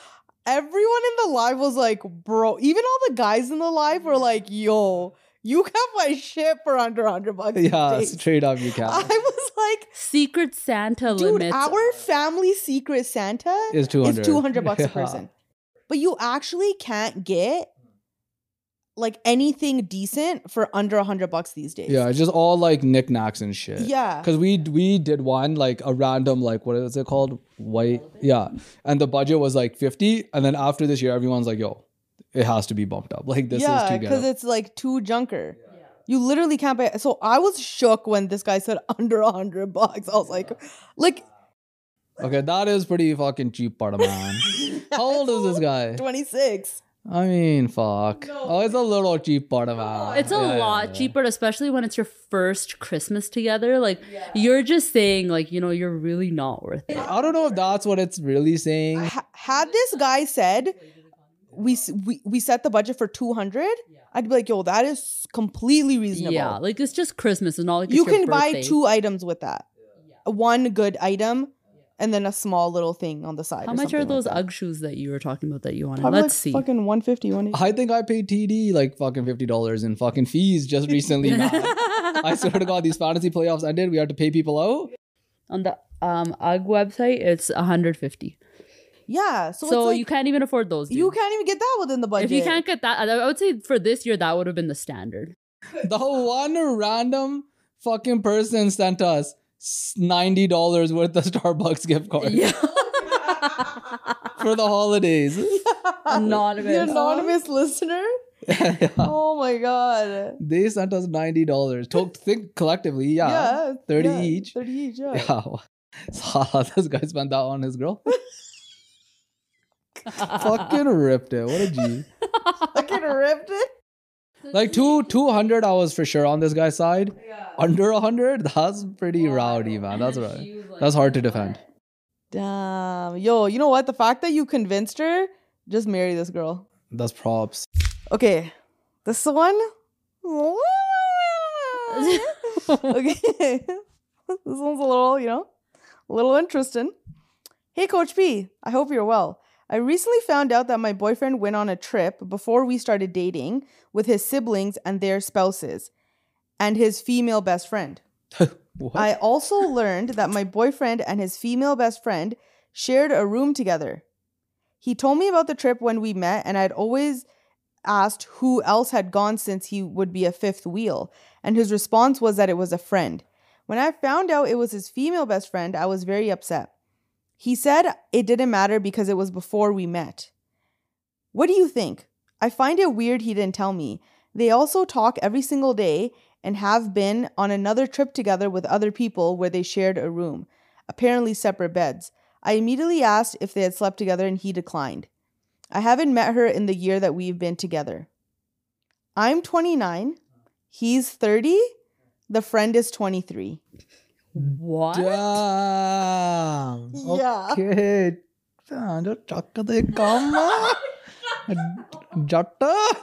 everyone in the live was like, bro, even all the guys in the live were like, yo, you can't buy shit for under 100 bucks. these yeah days." straight up you I can was like, Secret Santa dude, limits. our family secret Santa is two hundred is 200 bucks a Yeah. person. But you actually can't get like anything decent for under 100 bucks these days. yeah it's just all like knickknacks and shit Yeah. Because we we did one like a random like what is it called white yeah, and the budget was like fifty, and then after this year everyone's like yo, it has to be bumped up like this is yeah, too because good. it's like two junker. You literally can't pay. So I was shook when this guy said under a hundred bucks. I was like, like Okay, that is pretty fucking cheap, part of man. How old is this guy? twenty six. I mean, fuck. Oh, it's a little cheap, part of man. It's a Yeah, yeah, lot yeah. cheaper, especially when it's your first Christmas together. Like you're just saying, like you know, you're really not worth it. I don't know if that's what it's really saying. Ha- had this guy said, we s- we we set the budget for two hundred, I'd be like, yo, that is completely reasonable. Yeah, like it's just Christmas, and not like you it's your can buy birthday. two items with that. One good item, and then a small little thing on the side. How or much are something like those that. UGG shoes that you were talking about that you wanted? Probably Let's like see. Fucking 150, 180. I think I paid TD like fucking fifty dollars in fucking fees just recently. man. I swear to God, these fantasy playoffs ended. We had to pay people out. On the um UGG website, it's 150. Yeah. So, So, it's like, you can't even afford those. Dude. you can't even get that within the budget. If you can't get that, I I would say for this year that would have been the standard. The one random fucking person sent us ninety dollars worth of Starbucks gift card Yeah, for the holidays. The anonymous. anonymous listener. Oh my god. They sent us ninety dollars. Think collectively, yeah, Yeah. thirty yeah, each. Thirty each. Yeah. Yeah, so this guy spent that on his girl. fucking ripped it. What a G. Fucking ripped it. Like two two hundred, I was for sure on this guy's side. Under a hundred, that's pretty rowdy, man. That's right. That's hard to defend. Damn. Yo, you know what? The fact that you convinced her, just marry this girl. That's props. Okay. This one. okay. this one's a little, you know, a little interesting. Hey, Coach P, I hope you're well. I recently found out that my boyfriend went on a trip before we started dating with his siblings and their spouses and his female best friend. What? I also learned that my boyfriend and his female best friend shared a room together. He told me about the trip when we met, and I'd always asked who else had gone since he would be a fifth wheel, and his response was that it was a friend. When I found out it was his female best friend, I was very upset. He said it didn't matter because it was before we met. What do you think? I find it weird he didn't tell me. They also talk every single day and have been on another trip together with other people where they shared a room, apparently separate beds. I immediately asked if they had slept together and he declined. I haven't met her in the year that we've been together. I'm 29, he's 30, the friend is 23. What? Damn. Yeah. Okay. Damn, don't talk to the comma. Jatta.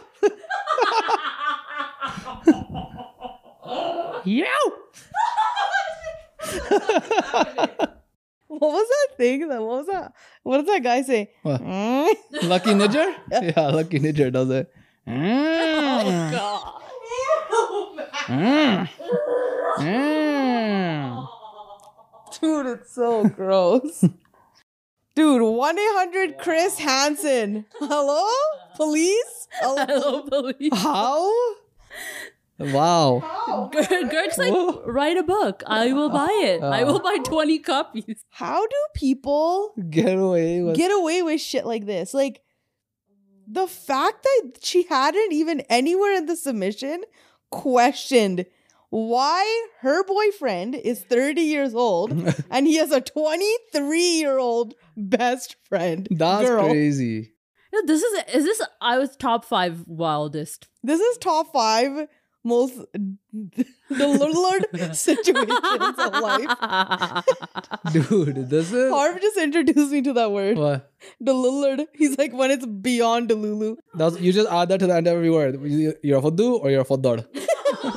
What was that thing? That what was that? What did that guy say? What? Mm. Lucky Nidger? Yeah, Lucky Nidger does it. Mm. Oh, Mm. Mm. Dude, it's so gross. Dude, 1 800 Chris Hansen. Hello? Police? Hello? Hello, police. How? Wow. Ger- Gert's like, Whoa. write a book. I will buy it. Uh. I will buy 20 copies. How do people Get away with get away with shit like this? Like, the fact that she hadn't even anywhere in the submission questioned why her boyfriend is 30 years old and he has a 23 year old best friend. That's girl. crazy. Yeah, This is, is this, I was top five wildest. This is top five most delivered situations of life. Dude, this is Harv just introduced me to that word. what? Delulard. He's like when it's beyond Delulu. That's you just add that to the end of every word. You- You're a fuddu or you're a fuddar.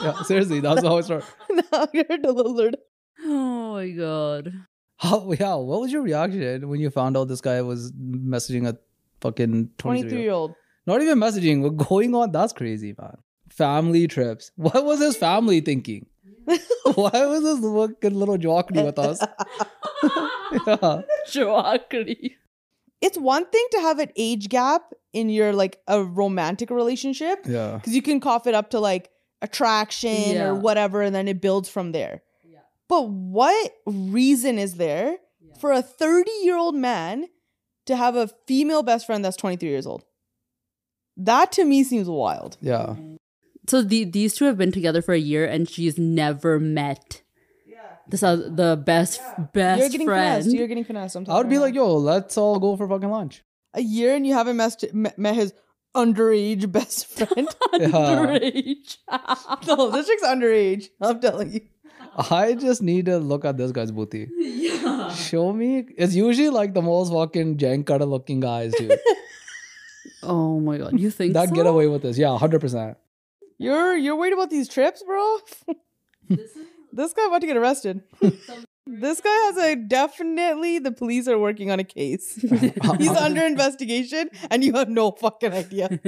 yeah, seriously, that's how it starts. now you're Delulard. oh my god. How, yeah, what was your reaction when you found out this guy was messaging a fucking 23 year 23 old. Not even messaging, we going on. That's crazy, man. Family trips. What was his family thinking? Why was this fucking little jockey with us? yeah. Joakri. It's one thing to have an age gap in your like a romantic relationship yeah. because you can cough it up to like attraction Yeah. or whatever and then it builds from there. But what reason is there for a 30 year old man to have a female best friend that's 23 years old? That to me seems wild. Yeah. So the, these two have been together for a year and she's never met. This is the best best You're getting friend. finessed. You're getting finessed. I'm I would be talking like, about. yo, let's all go for fucking lunch. a year and you haven't messed, met, met his underage best friend. Underage. no, this chick's underage. I'm telling you. I just need to look at this guy's booty. Yeah. Show me. It's usually like the most fucking jankada looking guys, dude. oh my god. You think that so? get away with this. Yeah, 100%. You're you're worried about these trips, bro. this guy about to get arrested. this guy has a definitely the police are working on a case. He's under investigation, and you have no fucking idea.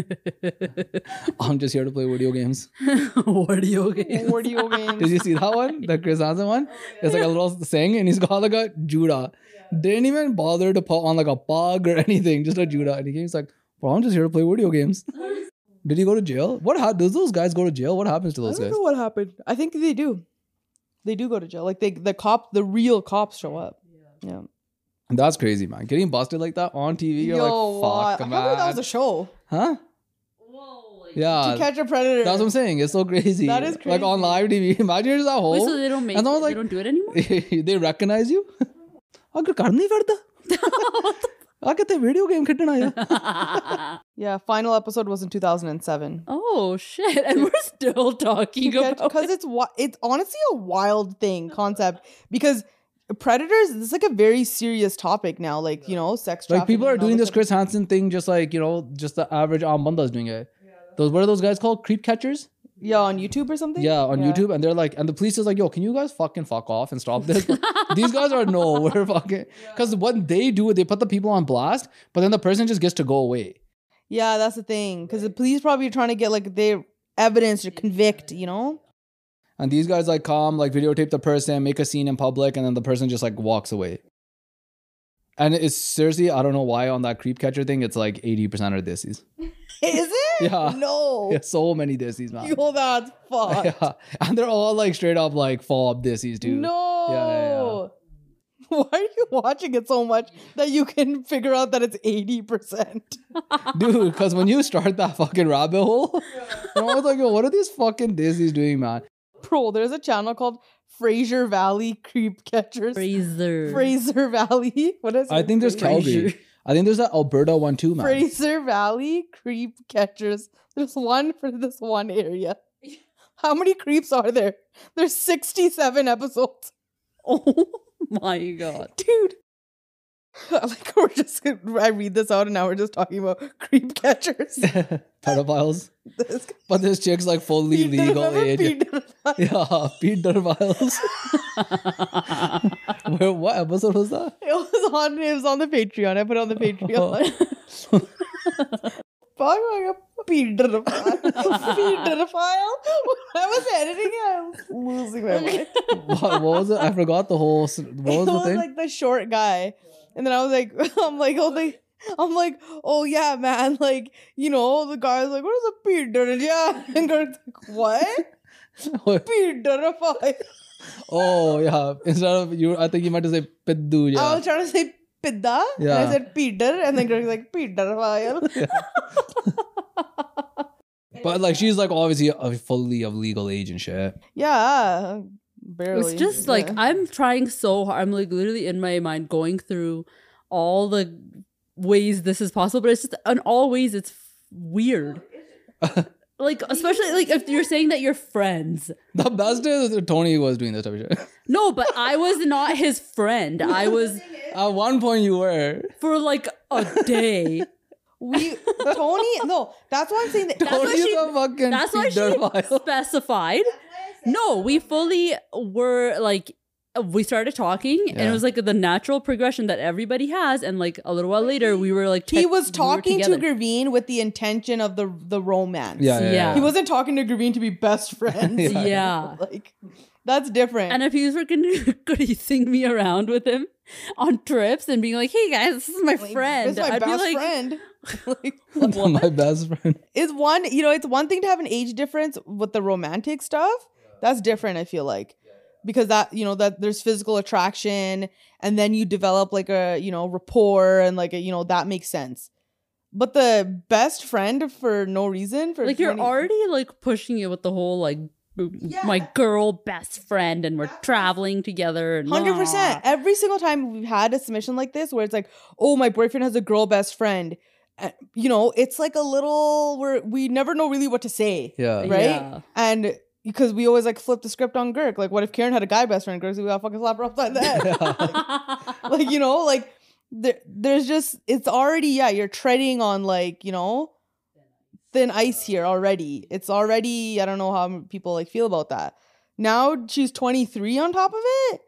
I'm just here to play video games. what are you okay? Audio Did games. you see that one? The Chris Hansen one? It's like a little thing and he's got like a Judah. Didn't even bother to put on like a pug or anything, just a Judah. And he's like, well, I'm just here to play video games. Did he go to jail? What ha- does those guys go to jail? What happens to I those don't guys? know what happened. I think they do. They do go to jail. Like they, the cop, the real cops show up. Yeah. That's crazy, man. Getting busted like that on TV, you're like, I fuck, can't believe man. Uh, that was a show. huh? To Yeah, catch a predator. that's what I'm saying. It's so crazy. That is Like on crazy. live TV. Imagine you're just at Wait, home. so they don't make and someone's they like, don't do it anymore? they recognize you. अगर कर नहीं करता आ कहते video game खेलना आया yeah, final episode was in 2007. oh shit. And we're still talking about because it's wi- it's honestly a wild thing concept because predators this is like a very serious topic now like you know sex trafficking like people are and all doing that this stuff. Chris Hansen thing just like you know just the average Aam banda is doing it those what are those guys called creep catchers yeah on youtube or something yeah on YouTube and they're like and the police is like yo can you guys fucking fuck off and stop this these guys are no we're fucking because what they do they put the people on blast but then the person just gets to go away yeah that's the thing because the police probably are trying to get like their evidence to convict you know And these guys like come, like videotape the person, make a scene in public, and then the person just like walks away. And it's seriously, I don't know why on that creep catcher thing, it's like 80% are dissies. Is it? Yeah. No. Yeah, so many dissies, man. Yo, that's fucked. Yeah. And they're all like straight up like fob dissies, dude. No. Yeah, Why are you watching it so much that you can figure out that it's 80%? Dude, because when you start that fucking rabbit hole, you're always like, yo, what are these fucking dissies doing, man? Bro, there's a channel called Fraser Valley Creep Catchers. Fraser. Fraser Valley. What is it? I think there's Fraser- Calgary. I think there's that Alberta one too, man. Fraser Valley Creep Catchers. There's one for this one area. How many creeps are there? There's 67 episodes. Oh my god. Dude. like we're just I read this out and now we're just talking about creep catchers. Pedophiles. This guy- But this chick's like fully Pete- legal remember age. Pete did that? Yeah, Pete Durviles. Where, what episode was that? It was on. It was on the Patreon. I put it on the Patreon. Oh. Fuck, like a Peter file. Peter file. When I was editing it, I was losing my mind. It what, what was it? I forgot the whole. s- What was the was thing? like the short guy, and then I was like, I'm like, oh, like, I'm like, oh yeah, man, like, you know, the guy's like, what is a Peter? Yeah, and Kurt's like, what? Peter file. oh yeah. Instead of you, I think you meant to say Piddu. Yeah. I was trying to say pidda, and Yeah. I said Peter, and then Kurt's like Peter file. but like she's like obviously uh, fully of legal age and shit. Yeah, barely. It's just like Yeah. I'm trying so hard. I'm like literally in my mind going through all the ways this is possible, but it's just in all ways it's weird. like especially like if you're saying that you're friends. The best is that Tony was doing this type of shit. No, but I was not his friend. I was At one point you were. for like a day. we Tony. No, that's why I'm saying that. That's Tony's why she, a fucking That's why she pedophile. specified. No, we fully were like we started talking and Yeah. it was like the natural progression that everybody has and like a little while later we were like he text- was we were talking to together. Graveen with the intention of the the romance. Yeah, yeah, Yeah. yeah. he wasn't talking to Graveen to be best friends. Yeah. Yeah. like that's different. And if he was freaking greasing me around with him on trips and being like, "Hey guys, this is my Like, friend," this is my I'd best be like, friend. like, my best friend. it's one. You know, it's one thing to have an age difference with the romantic stuff. That's different. I feel like. Because that you know that there's physical attraction, and then you develop like a you know rapport, and like a, you know that makes sense. But the best friend for no reason for "Like you're any- already like pushing it with the whole like my girl best friend, and we're traveling together." and Hundred blah." percent. Every single time we've had a submission like this, where it's like, "Oh, my boyfriend has a girl best friend," uh, you know, it's like a little where we never know really what to say, Yeah. right? Yeah. And because we always like flip the script on Girk, like, what if Karen had a guy best friend? Girk's like, we gotta fucking slap her upside the head, like you know, like there, there's just it's already yeah, you're treading on like you know thin ice here already. It's already I don't know how people like feel about that. Now she's 23 on top of it.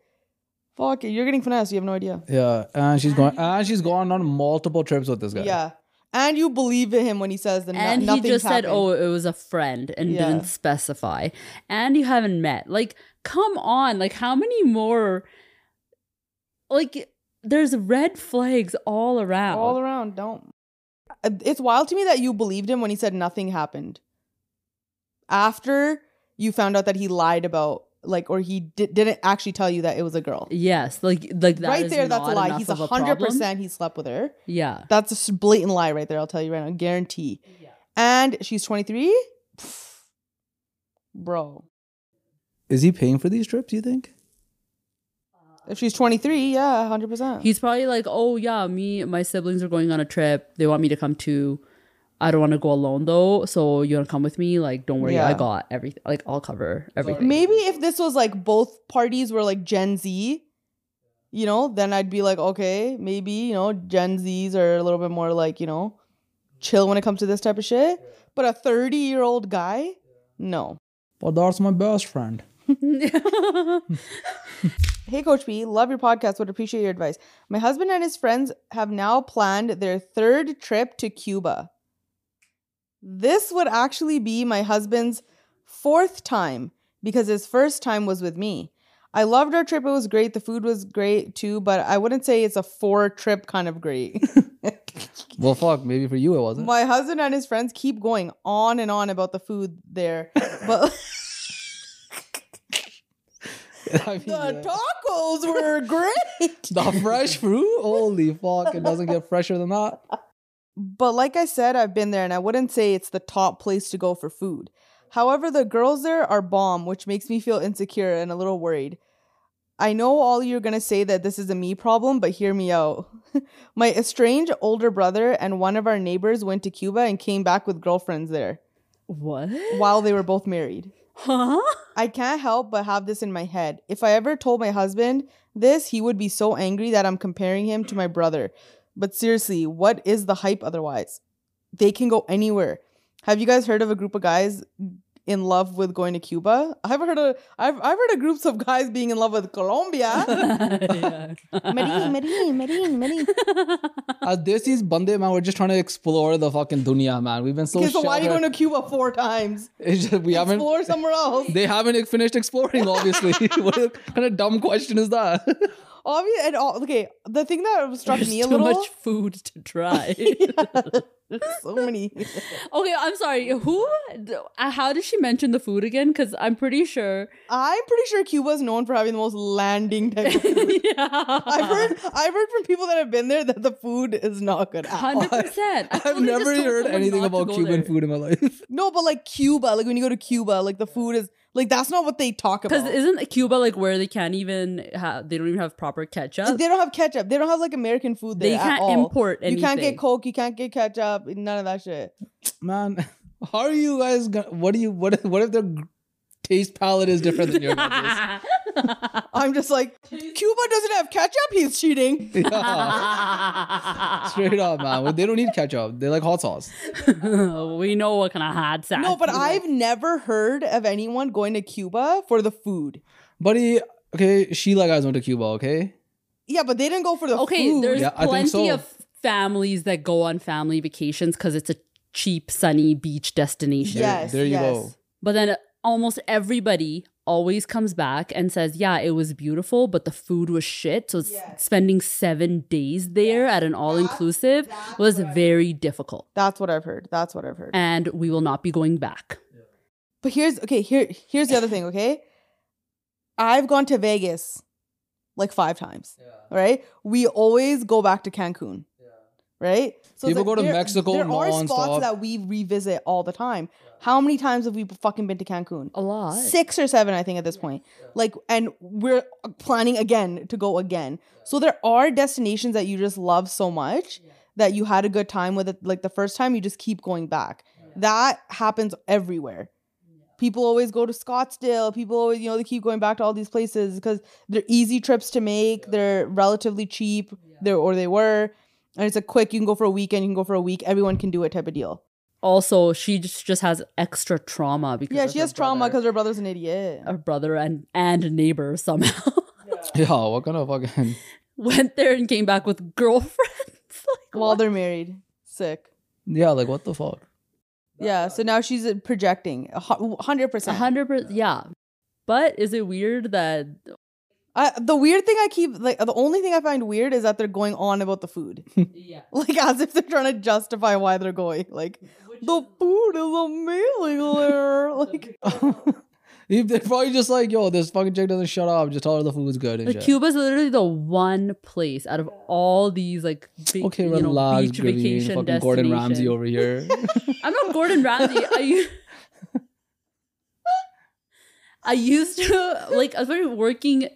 Fuck it, you're getting finessed. You have no idea. Yeah, and she's going and she's gone on multiple trips with this guy. Yeah, and you believe in him when he says that. no- and he nothing's just said, happened. "Oh, it was a friend," and Yeah. didn't specify. And you haven't met. Like, come on! Like, how many more? Like, there's red flags all around. all around." Don't. Uh, It's wild to me that you believed him when he said nothing happened. After you found out that he lied about, like, or he di- didn't actually tell you that it was a girl. Yes, like like that right is there, that's not a lie. enough He's of a hundred problem. percent. He slept with her. Yeah. That's a s- blatant lie right there. I'll tell you right now, guarantee. And she's 23. Bro, Is he paying for these trips, you think? if she's 23, yeah, 100%. He's probably like, "Oh yeah, me my siblings are going on a trip. They want me to come too. I don't want to go alone though. So you want to come with me? Like, don't worry. I Yeah. got everything. Like, I'll cover everything." Maybe if this was like both parties were like Gen Z, you know, then I'd be like, okay, maybe, you know, Gen Zs are a little bit more like, you know, chill when it comes to this type of shit. But a 30 year old guy, no. Well, that's my best friend. Hey, Coach B, love your podcast. Would appreciate your advice. My husband and his friends have now planned their third trip to Cuba. This would actually be my husband's fourth time. because his first time was with me. I loved our trip. It was great. The food was great too, but I wouldn't say it's a four trip kind of great. Well, fuck. Maybe for you it wasn't. My husband and his friends keep going on and on about the food there, but I mean, the yeah. tacos were great. the fresh fruit. Holy fuck! It doesn't get fresher than that. But like I said, I've been there and I wouldn't say it's the top place to go for food. However, the girls there are bomb, which makes me feel insecure and a little worried. I know all you're going to say that this is a me problem, but hear me out. My estranged older brother and one of our neighbors went to Cuba and came back with girlfriends there What? while they were both married. Huh? I can't help but have this in my head. If I ever told my husband this, he would be so angry that I'm comparing him to my brother. But seriously, what is the hype otherwise? They can go anywhere. Have you guys heard of a group of guys in love with going to Cuba? I've heard of I've I've heard of groups of guys being in love with Colombia. Yeah. Medellin, Medellin, Medellin, Medellin. As Uh, this is bande man, we're just trying to explore the fucking dunya, man. We've been so. Okay, so why are you sheltered. going to Cuba four times? It's just, we haven't. Explore somewhere else. They haven't finished exploring, obviously. what kind of dumb question is that? Obvious and all, okay. The thing that struck There's me a too little much food to try. so many. Okay, I'm sorry. Who? d- uh, How did she mention the food again? Because I'm pretty sure. I'm pretty sure Cuba's known for having the most landing type of food. yeah, I've heard I've heard from people that have been there that the food is not good. at all. Hundred percent. I've never heard anything about Cuban food in my life. No, but like Cuba, like when you go to Cuba, like the food is like that's not what they talk about. Because isn't Cuba like where they can't even have? They don't even have proper ketchup. they don't have ketchup. They don't have like American food there. They at can't all. import You can't anything. get Coke. You can't get ketchup. None of that shit. Man, how are you guys gonna what do you what if what if their taste palette is different than your guys'? I'm just like Cuba doesn't have ketchup. He's cheating. Yeah. Straight up, man. Well, They don't need ketchup. They like hot sauce. we know what kind of hot sauce. No, but uh, you I've never heard of anyone going to Cuba for the food. Buddy, okay, Sheila guys went to Cuba, okay? Yeah, but they didn't go for the Okay, food. there's Yeah, I think plenty so. of families that go on family vacations because it's a cheap, sunny beach destination. yes, there you yes. go. But then almost everybody always comes back and says, Yeah, it was beautiful, but the food was shit. So s- spending seven days there at an all inclusive was very difficult. That's what I've heard. That's what I've heard. And we will not be going back. But here's okay, here here's the other thing, okay? I've gone to Vegas like five times. Right? We always go back to Cancun. Right? So it's People go to Mexico There are nonstop. spots that we revisit all the time. How many times have we fucking been to Cancun? A lot. Six or seven, I think, at this point. Like, and we're planning again to go again. So there are destinations that you just love so much that you had a good time with it. Like the first time, you just keep going back. That happens everywhere. People always go to Scottsdale. People always, you know, they keep going back to all these places because they're easy trips to make. They're relatively cheap. They're or they were, and it's a quick. You can go for a weekend. You can go for a week. Everyone can do it type of deal. Also, she just, just has extra trauma because yeah, of she her has trauma brother- because her brother's an idiot. her brother and and neighbor somehow Yeah, what kind of fucking went there and came back with girlfriends. like, While they're married, sick. Yeah, like what the fuck? Yeah, so now she's uh, projecting a hu- 100%. A hundred percent, yeah. But is it weird that I, the weird thing I keep, like, the only thing I find weird is that they're going on about the food. yeah, Like, as if they're trying to justify why they're going. Like, the food is amazing there. Like, If They're probably just like, yo, this fucking chick doesn't shut up. Just tell her the food's good and like shit. Cuba's literally the one place out of all these like big, okay, you know, relax, beach Graveen. vacation Fucking Gordon Ramsay destination. over here. I'm not Gordon Ramsay. I u- I used to like I was very working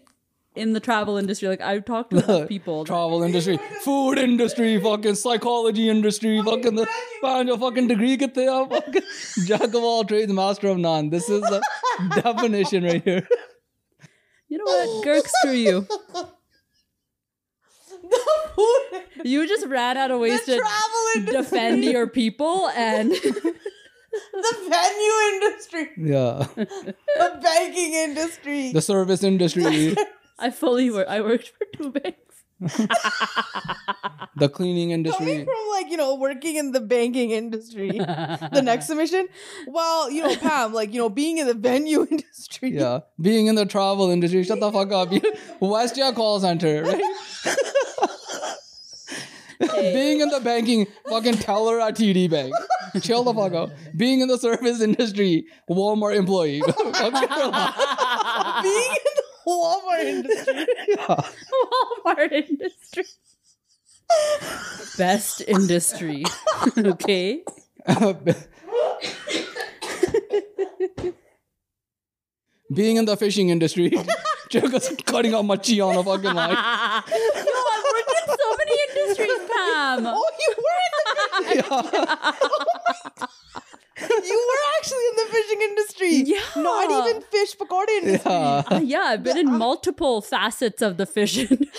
in the travel industry. Like I've talked to enough people. that- travel industry, food industry, fucking psychology industry, fucking the find your fucking degree get there, fucking jack of all trades, master of none. This is the definition right here. You know what? Girk, screw you. You just ran out of ways the to travel industry, defend your people and the venue industry, Yeah, the banking industry. the service industry. I fully work. I worked for two banks. the cleaning industry. Coming from like you know working in the banking industry. the next submission, well, you know Pam, like you know being in the venue industry. Yeah, being in the travel industry. Shut the fuck up. West your call center, right? Being in the banking, fucking tell her at TD Bank. Chill the fuck out. Being in the service industry, Walmart employee. Okay, relax. Being in the Walmart industry. Walmart industry. Best industry. okay. Being in the fishing industry, just cutting out machi on a fucking line. Yo, I've worked in so many industries, Pam. Oh, you were in the fishing. You were actually in the fishing industry. Yeah. Not even fish pakora industry. Yeah. Uh, yeah, I've been in multiple facets of the fish industry.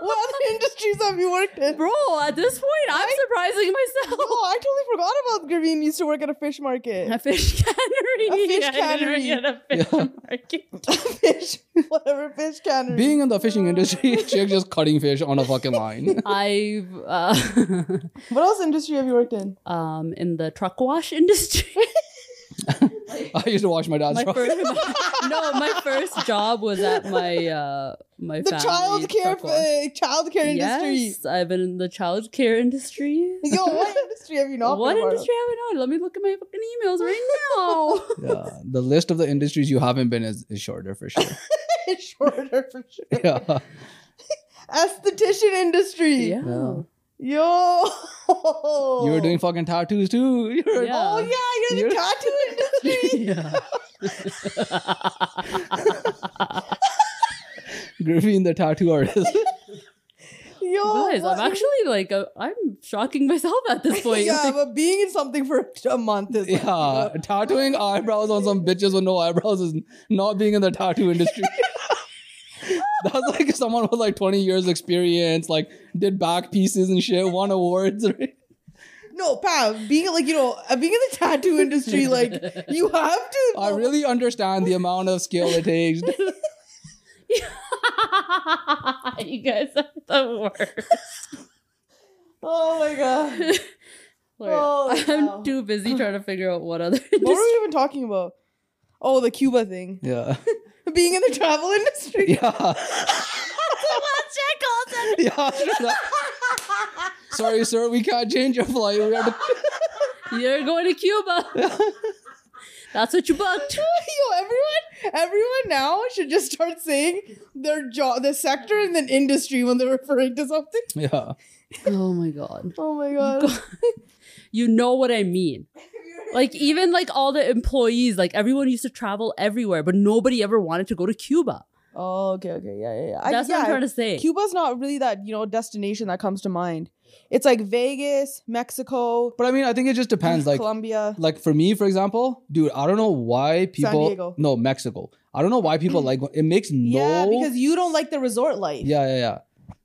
What other industries have you worked in? Bro, at this point, I'm surprising myself. Oh, I totally forgot about Graveen used to work at a fish market. A fish cannery. A fish I didn't work cannery. at a fish market. fish, whatever fish cannery. Being in the fishing industry, chick just cutting fish on a fucking line. I've uh, what else industry have you worked in? um in the truck wash industry. I used to watch my dad's My truck. first, no, my first job was at my uh my The family's child care, truck wash. uh, child care industry. Yes, I've been in the child care industry. Yo, what industry have you not? what been a part of? industry have I known? Let me look at my fucking emails right now. Yeah, the list of the industries you haven't been is, is shorter for sure. It's shorter for sure. Yeah. Esthetician industry. yeah. Yo. You were doing fucking tattoos too. You were- Yeah. Oh yeah, you're the You're- tattoo industry. Yeah. Griffin, the tattoo artist. Yo, Guys, what- I'm actually like uh, I'm shocking myself at this point. yeah, but being in something for a month is like, yeah, tattooing eyebrows on some bitches with no eyebrows is not being in the tattoo industry. That's like if someone with like 20 years experience, like did back pieces and shit, won awards. Right? no, Pam. Being like you know, uh, being in the tattoo industry, like you have to. I really understand the amount of skill it takes. you guys are the worst. Oh my god. Like, Oh, I'm wow. too busy trying to figure out what other What were industry. we even talking about? Oh, the Cuba thing. Yeah. Being in the travel industry. Yeah. yeah. Sorry, sir, we can't change your flight. We have to You're going to Cuba. That's what you booked. Yo, everyone, everyone now should just start saying their job, the sector, and then industry when they're referring to something. Yeah. Oh my god. Oh my god. You know what I mean. Like even like all the employees, like everyone used to travel everywhere, but nobody ever wanted to go to Cuba. Oh, okay, okay, yeah, yeah, yeah. I- That's what I'm yeah, trying to say. Cuba's not really that you know destination that comes to mind. It's like Vegas, Mexico, But I mean, I think it just depends. Like, Colombia. like for me, for example, dude, I don't know why people. Diego. No, Mexico. I don't know why people like. It makes no. Yeah, because you don't like the resort life. yeah, yeah, yeah.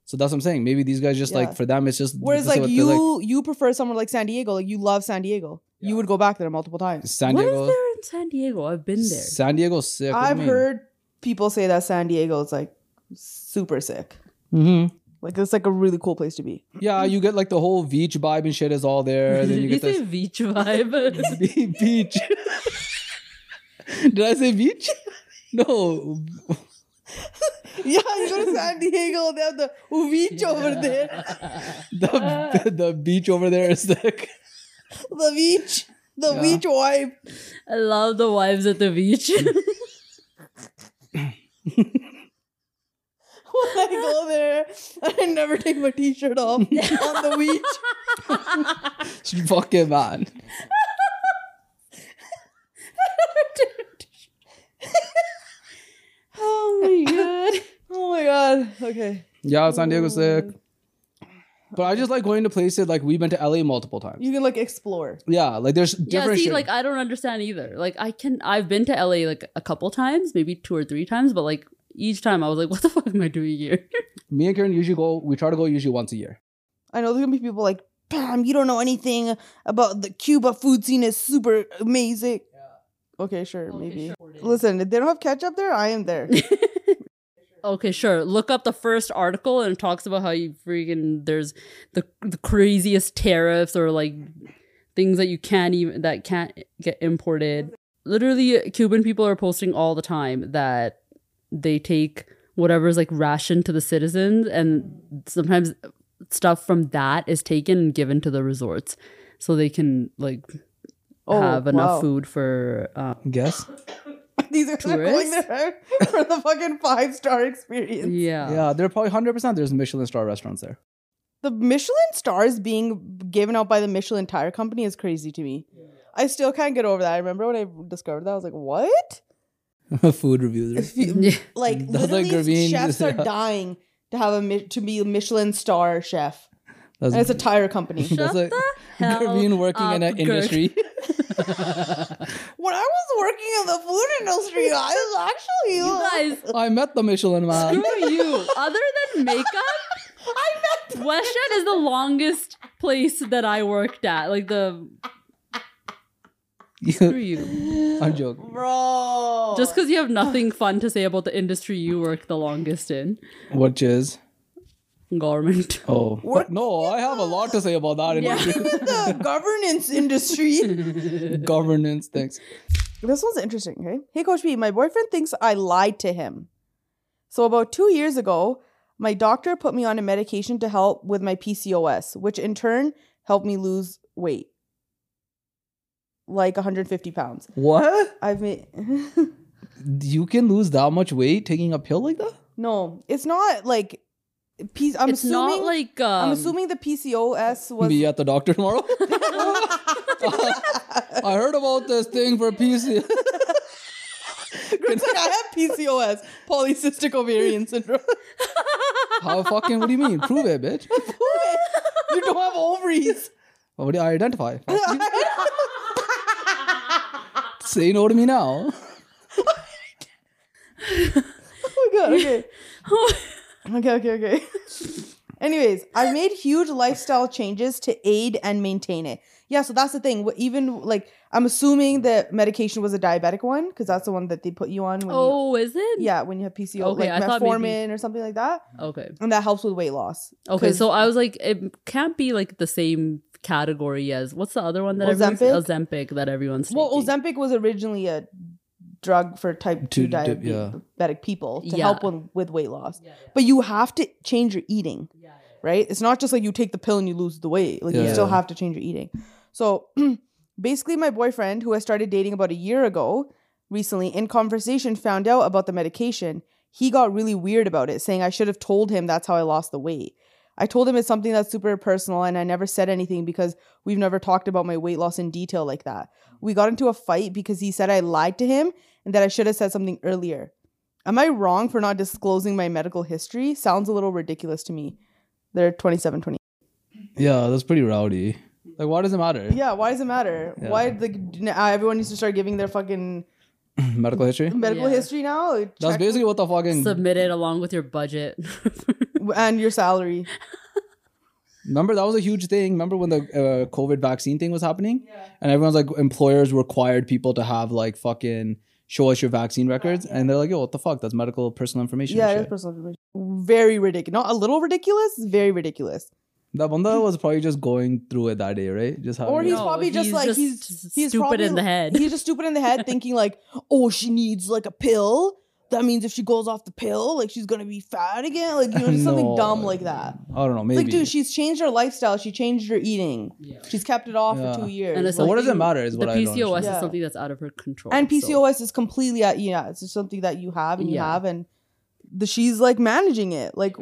So that's what I'm saying. Maybe these guys just Yeah. like for them, it's just. Whereas this is like what they you you prefer somewhere like San Diego, like you love San Diego. You would go back there multiple times. San What is Diego. there in San Diego? I've been there. San Diego's sick. What do you I've mean? heard people say that San Diego is like super sick. Mhm. Like it's like a really cool place to be. Yeah, you get like the whole beach vibe and shit is all there. Then you Did you get say this beach vibe? Be- beach. Did I say beach? No, Yeah, you go to San Diego, they have the beach over there. Uh. the the beach over there is sick. The beach. The beach wipe. I love the wives at the beach. When I go there, I never take my t-shirt off on the beach. Fucking man. oh my god. Oh my god. Okay. Yeah, San Diego's sick. But I just like going to places like we've been to LA multiple times. You can like explore. Yeah, like there's Yeah, different see, shit. like I don't understand either. Like I can I've been to LA like a couple times, maybe two or three times, but like each time I was like, what the fuck am I doing here? Me and Karen usually go. We try to go usually once a year. I know there's gonna be people like, Pam, you don't know anything about the Cuba food scene is super amazing. Okay, sure, maybe. Listen, if they don't have ketchup there, I am there. Okay, sure. Look up the first article and it talks about how you freaking there's the, the craziest tariffs or like things that you can't even that can't get imported. Literally, Cuban people are posting all the time that they take whatever's like ration to the citizens, and sometimes stuff from that is taken and given to the resorts, so they can like Oh, have enough wow. food for uh, Guess. These are they're going Tourists? there for the fucking five star experience. Yeah, they're probably hundred percent. There's Michelin star restaurants there. The Michelin stars being given out by the Michelin tire company is crazy to me. I still can't get over that. I remember when I discovered that, I was like, what? Food reviews. right? If you- yeah. like That's like literally Graveen, chefs are yeah. dying to have a Mi- to be a Michelin star chef. That's, And it's a tire company. that's like hell Gurveen working in up, an Gurk. industry. When I was working in the food industry, I was actually You guys, I met the Michelin man. screw you. Other than makeup, I met West End is the longest place that I worked at. Like the screw you. I'm joking. bro. Just because you have nothing fun to say about the industry you work the longest in, Which is government. oh no, I have a lot to say about that industry. the governance industry. Governance things. this one's interesting, okay? Hey Coach B, my boyfriend thinks I lied to him. So about two years ago, my doctor put me on a medication to help with my PCOS, which in turn helped me lose weight. Like 150 pounds. What? I've made You can lose that much weight taking a pill like that? No, it's not like P- I'm it's assuming not like um, I'm assuming the PCOS was Be at the doctor tomorrow. I heard about this thing for PC. It's like I have PCOS, polycystic ovarian syndrome. How fucking? What do you mean? Prove it, bitch. you don't have ovaries. What do I identify? Say no to me now. Oh my god. Okay. okay. Okay. Okay. Anyways, I've made huge lifestyle changes to aid and maintain it. Yeah, so that's the thing. Wh- Even like, I'm assuming the medication was a diabetic one because that's the one that they put you on. When oh, is it? you, yeah, when you have PCO, Okay, like I thought metformin maybe- or something like that, Okay. and that helps with weight loss. Okay. 'Cause- So I was like, it can't be like the same category as what's the other one that everyone's Ozempic that everyone's well, taking. Ozempic was originally a drug for type To- two to- diabetic yeah. people to Yeah. help with, with weight loss. But you have to change your eating, right? It's not just like you take the pill and you lose the weight. Like you Yeah. still have to change your eating. So basically, my boyfriend, who I started dating about a year ago, recently in conversation, found out about the medication. He got really weird about it, saying I should have told him that's how I lost the weight. I told him it's something that's super personal and I never said anything because we've never talked about my weight loss in detail like that. We got into a fight because he said I lied to him and that I should have said something earlier. Am I wrong for not disclosing my medical history? Sounds a little ridiculous to me. They're 27, 20. Yeah, that's pretty rowdy. Like, why does it matter? Yeah, why does it matter? Yeah. Why like now everyone needs to start giving their fucking Medical history. medical Yeah. history now? Like, That's check- basically what the fucking. Submit it along with your budget. and your salary. Remember that was a huge thing. Remember when the uh, COVID vaccine thing was happening, and everyone's like, employers required people to have like fucking show us your vaccine records, and they're like, yo, what the fuck? That's medical personal information. Yeah, and that's shit. personal information. Very ridiculous. Not a little ridiculous, very ridiculous. that one was probably just going through it that day, right? Just having or it. he's No, probably just he's like just he's he's stupid probably, in the head. He's just stupid in the head, thinking like, oh, she needs like a pill. That means if she goes off the pill, like she's gonna be fat again. Like you know, just something No. dumb like that. I don't know. It's Maybe. like, dude, she's changed her lifestyle. She changed her eating. She's kept it off Yeah. for two years. And it's But Like- what does it something- matter? Is what the I don't PCOS understand. is something that's out of her control. and so- PCOS is completely at yeah, it's just something that you have and you Yeah. have and the she's like managing it. Like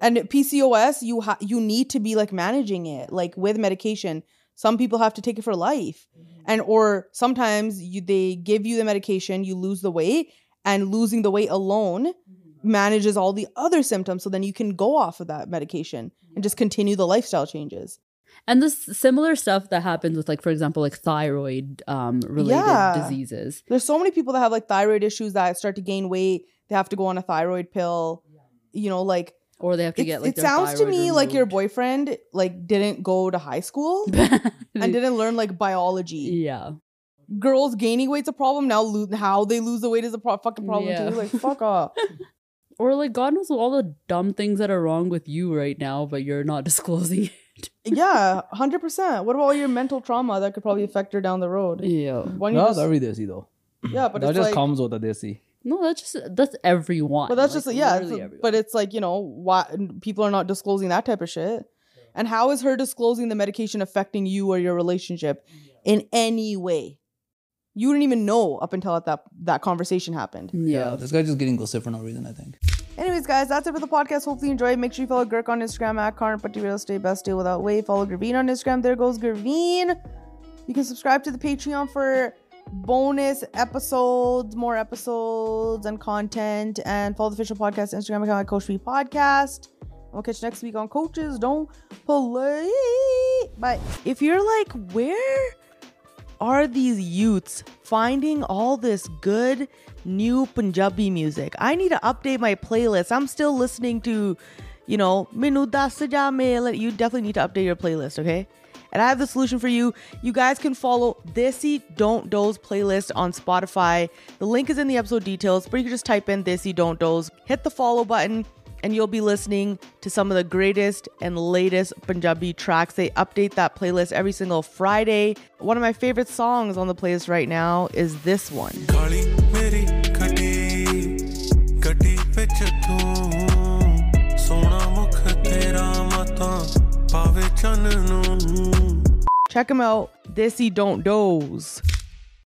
and PCOS you ha- you need to be like managing it like with medication. Some people have to take it for life. Mm-hmm. And or sometimes you they give you the medication, you lose the weight and losing the weight alone Mm-hmm. manages all the other symptoms so then you can go off of that medication and just continue the lifestyle changes. and this similar stuff that happens with like for example like thyroid um related Yeah. diseases There's so many people that have like thyroid issues that start to gain weight. They have to go on a thyroid pill. You know, like or they have to it's- get like it sounds to me like your your boyfriend like didn't go to high school and didn't learn like biology. yeah girls gaining weight's a problem. Now lo- how they lose the weight is a pro- fucking problem Yeah. too. Like fuck off. Or like God knows all the dumb things that are wrong with you right now, but you're not disclosing it. yeah, hundred percent. What about all your mental trauma that could probably affect her down the road? Yeah. Why don't you No, just- that'll be desi though. yeah, but that it's just like, comes with the desi. No, that's just that's everyone. But that's Like, just yeah. it's literally a- everyone. but it's like you know why people are not disclosing that type of shit. And how is her disclosing the medication affecting you or your relationship in any way? You didn't even know up until that that conversation happened. yeah. this guy's just getting gossip for no reason. I think. Anyways, guys, that's it for the podcast. Hopefully, you enjoyed. Make sure you follow Girk on Instagram at Karnapati Real Estate Best Deal Without Way. Follow Gurveen on Instagram. There goes Gurveen. You can subscribe to the Patreon for bonus episodes, more episodes, and content. And follow the official podcast Instagram account at Coach B Podcast. We'll catch you next week on Coaches Don't Play. But if you're like, where are these youths finding all this good new Punjabi music? I need to update my playlist. I'm still listening to, you know, Minu Dasaja Mela. You definitely need to update your playlist, okay? And I have the solution for you. You guys can follow Desi Don't Doze playlist on Spotify. The link is in the episode details, but you can just type in Desi Don't Doze, hit the follow button, and you'll be listening to some of the greatest and latest Punjabi tracks. They update that playlist every single Friday. One of my favorite songs on the playlist right now is this one. ਕਾਲੀ ਮੇਰੀ ਗੱਡੀ ਗੱਡੀ ਵਿੱਚ ਤੂੰ ਸੋਹਣਾ ਮੁਖ ਤੇਰਾ ਮਤਾਂ ਪਾਵੇ ਚੰਨ ਨੂੰ Check them out. Desi Don't Doze.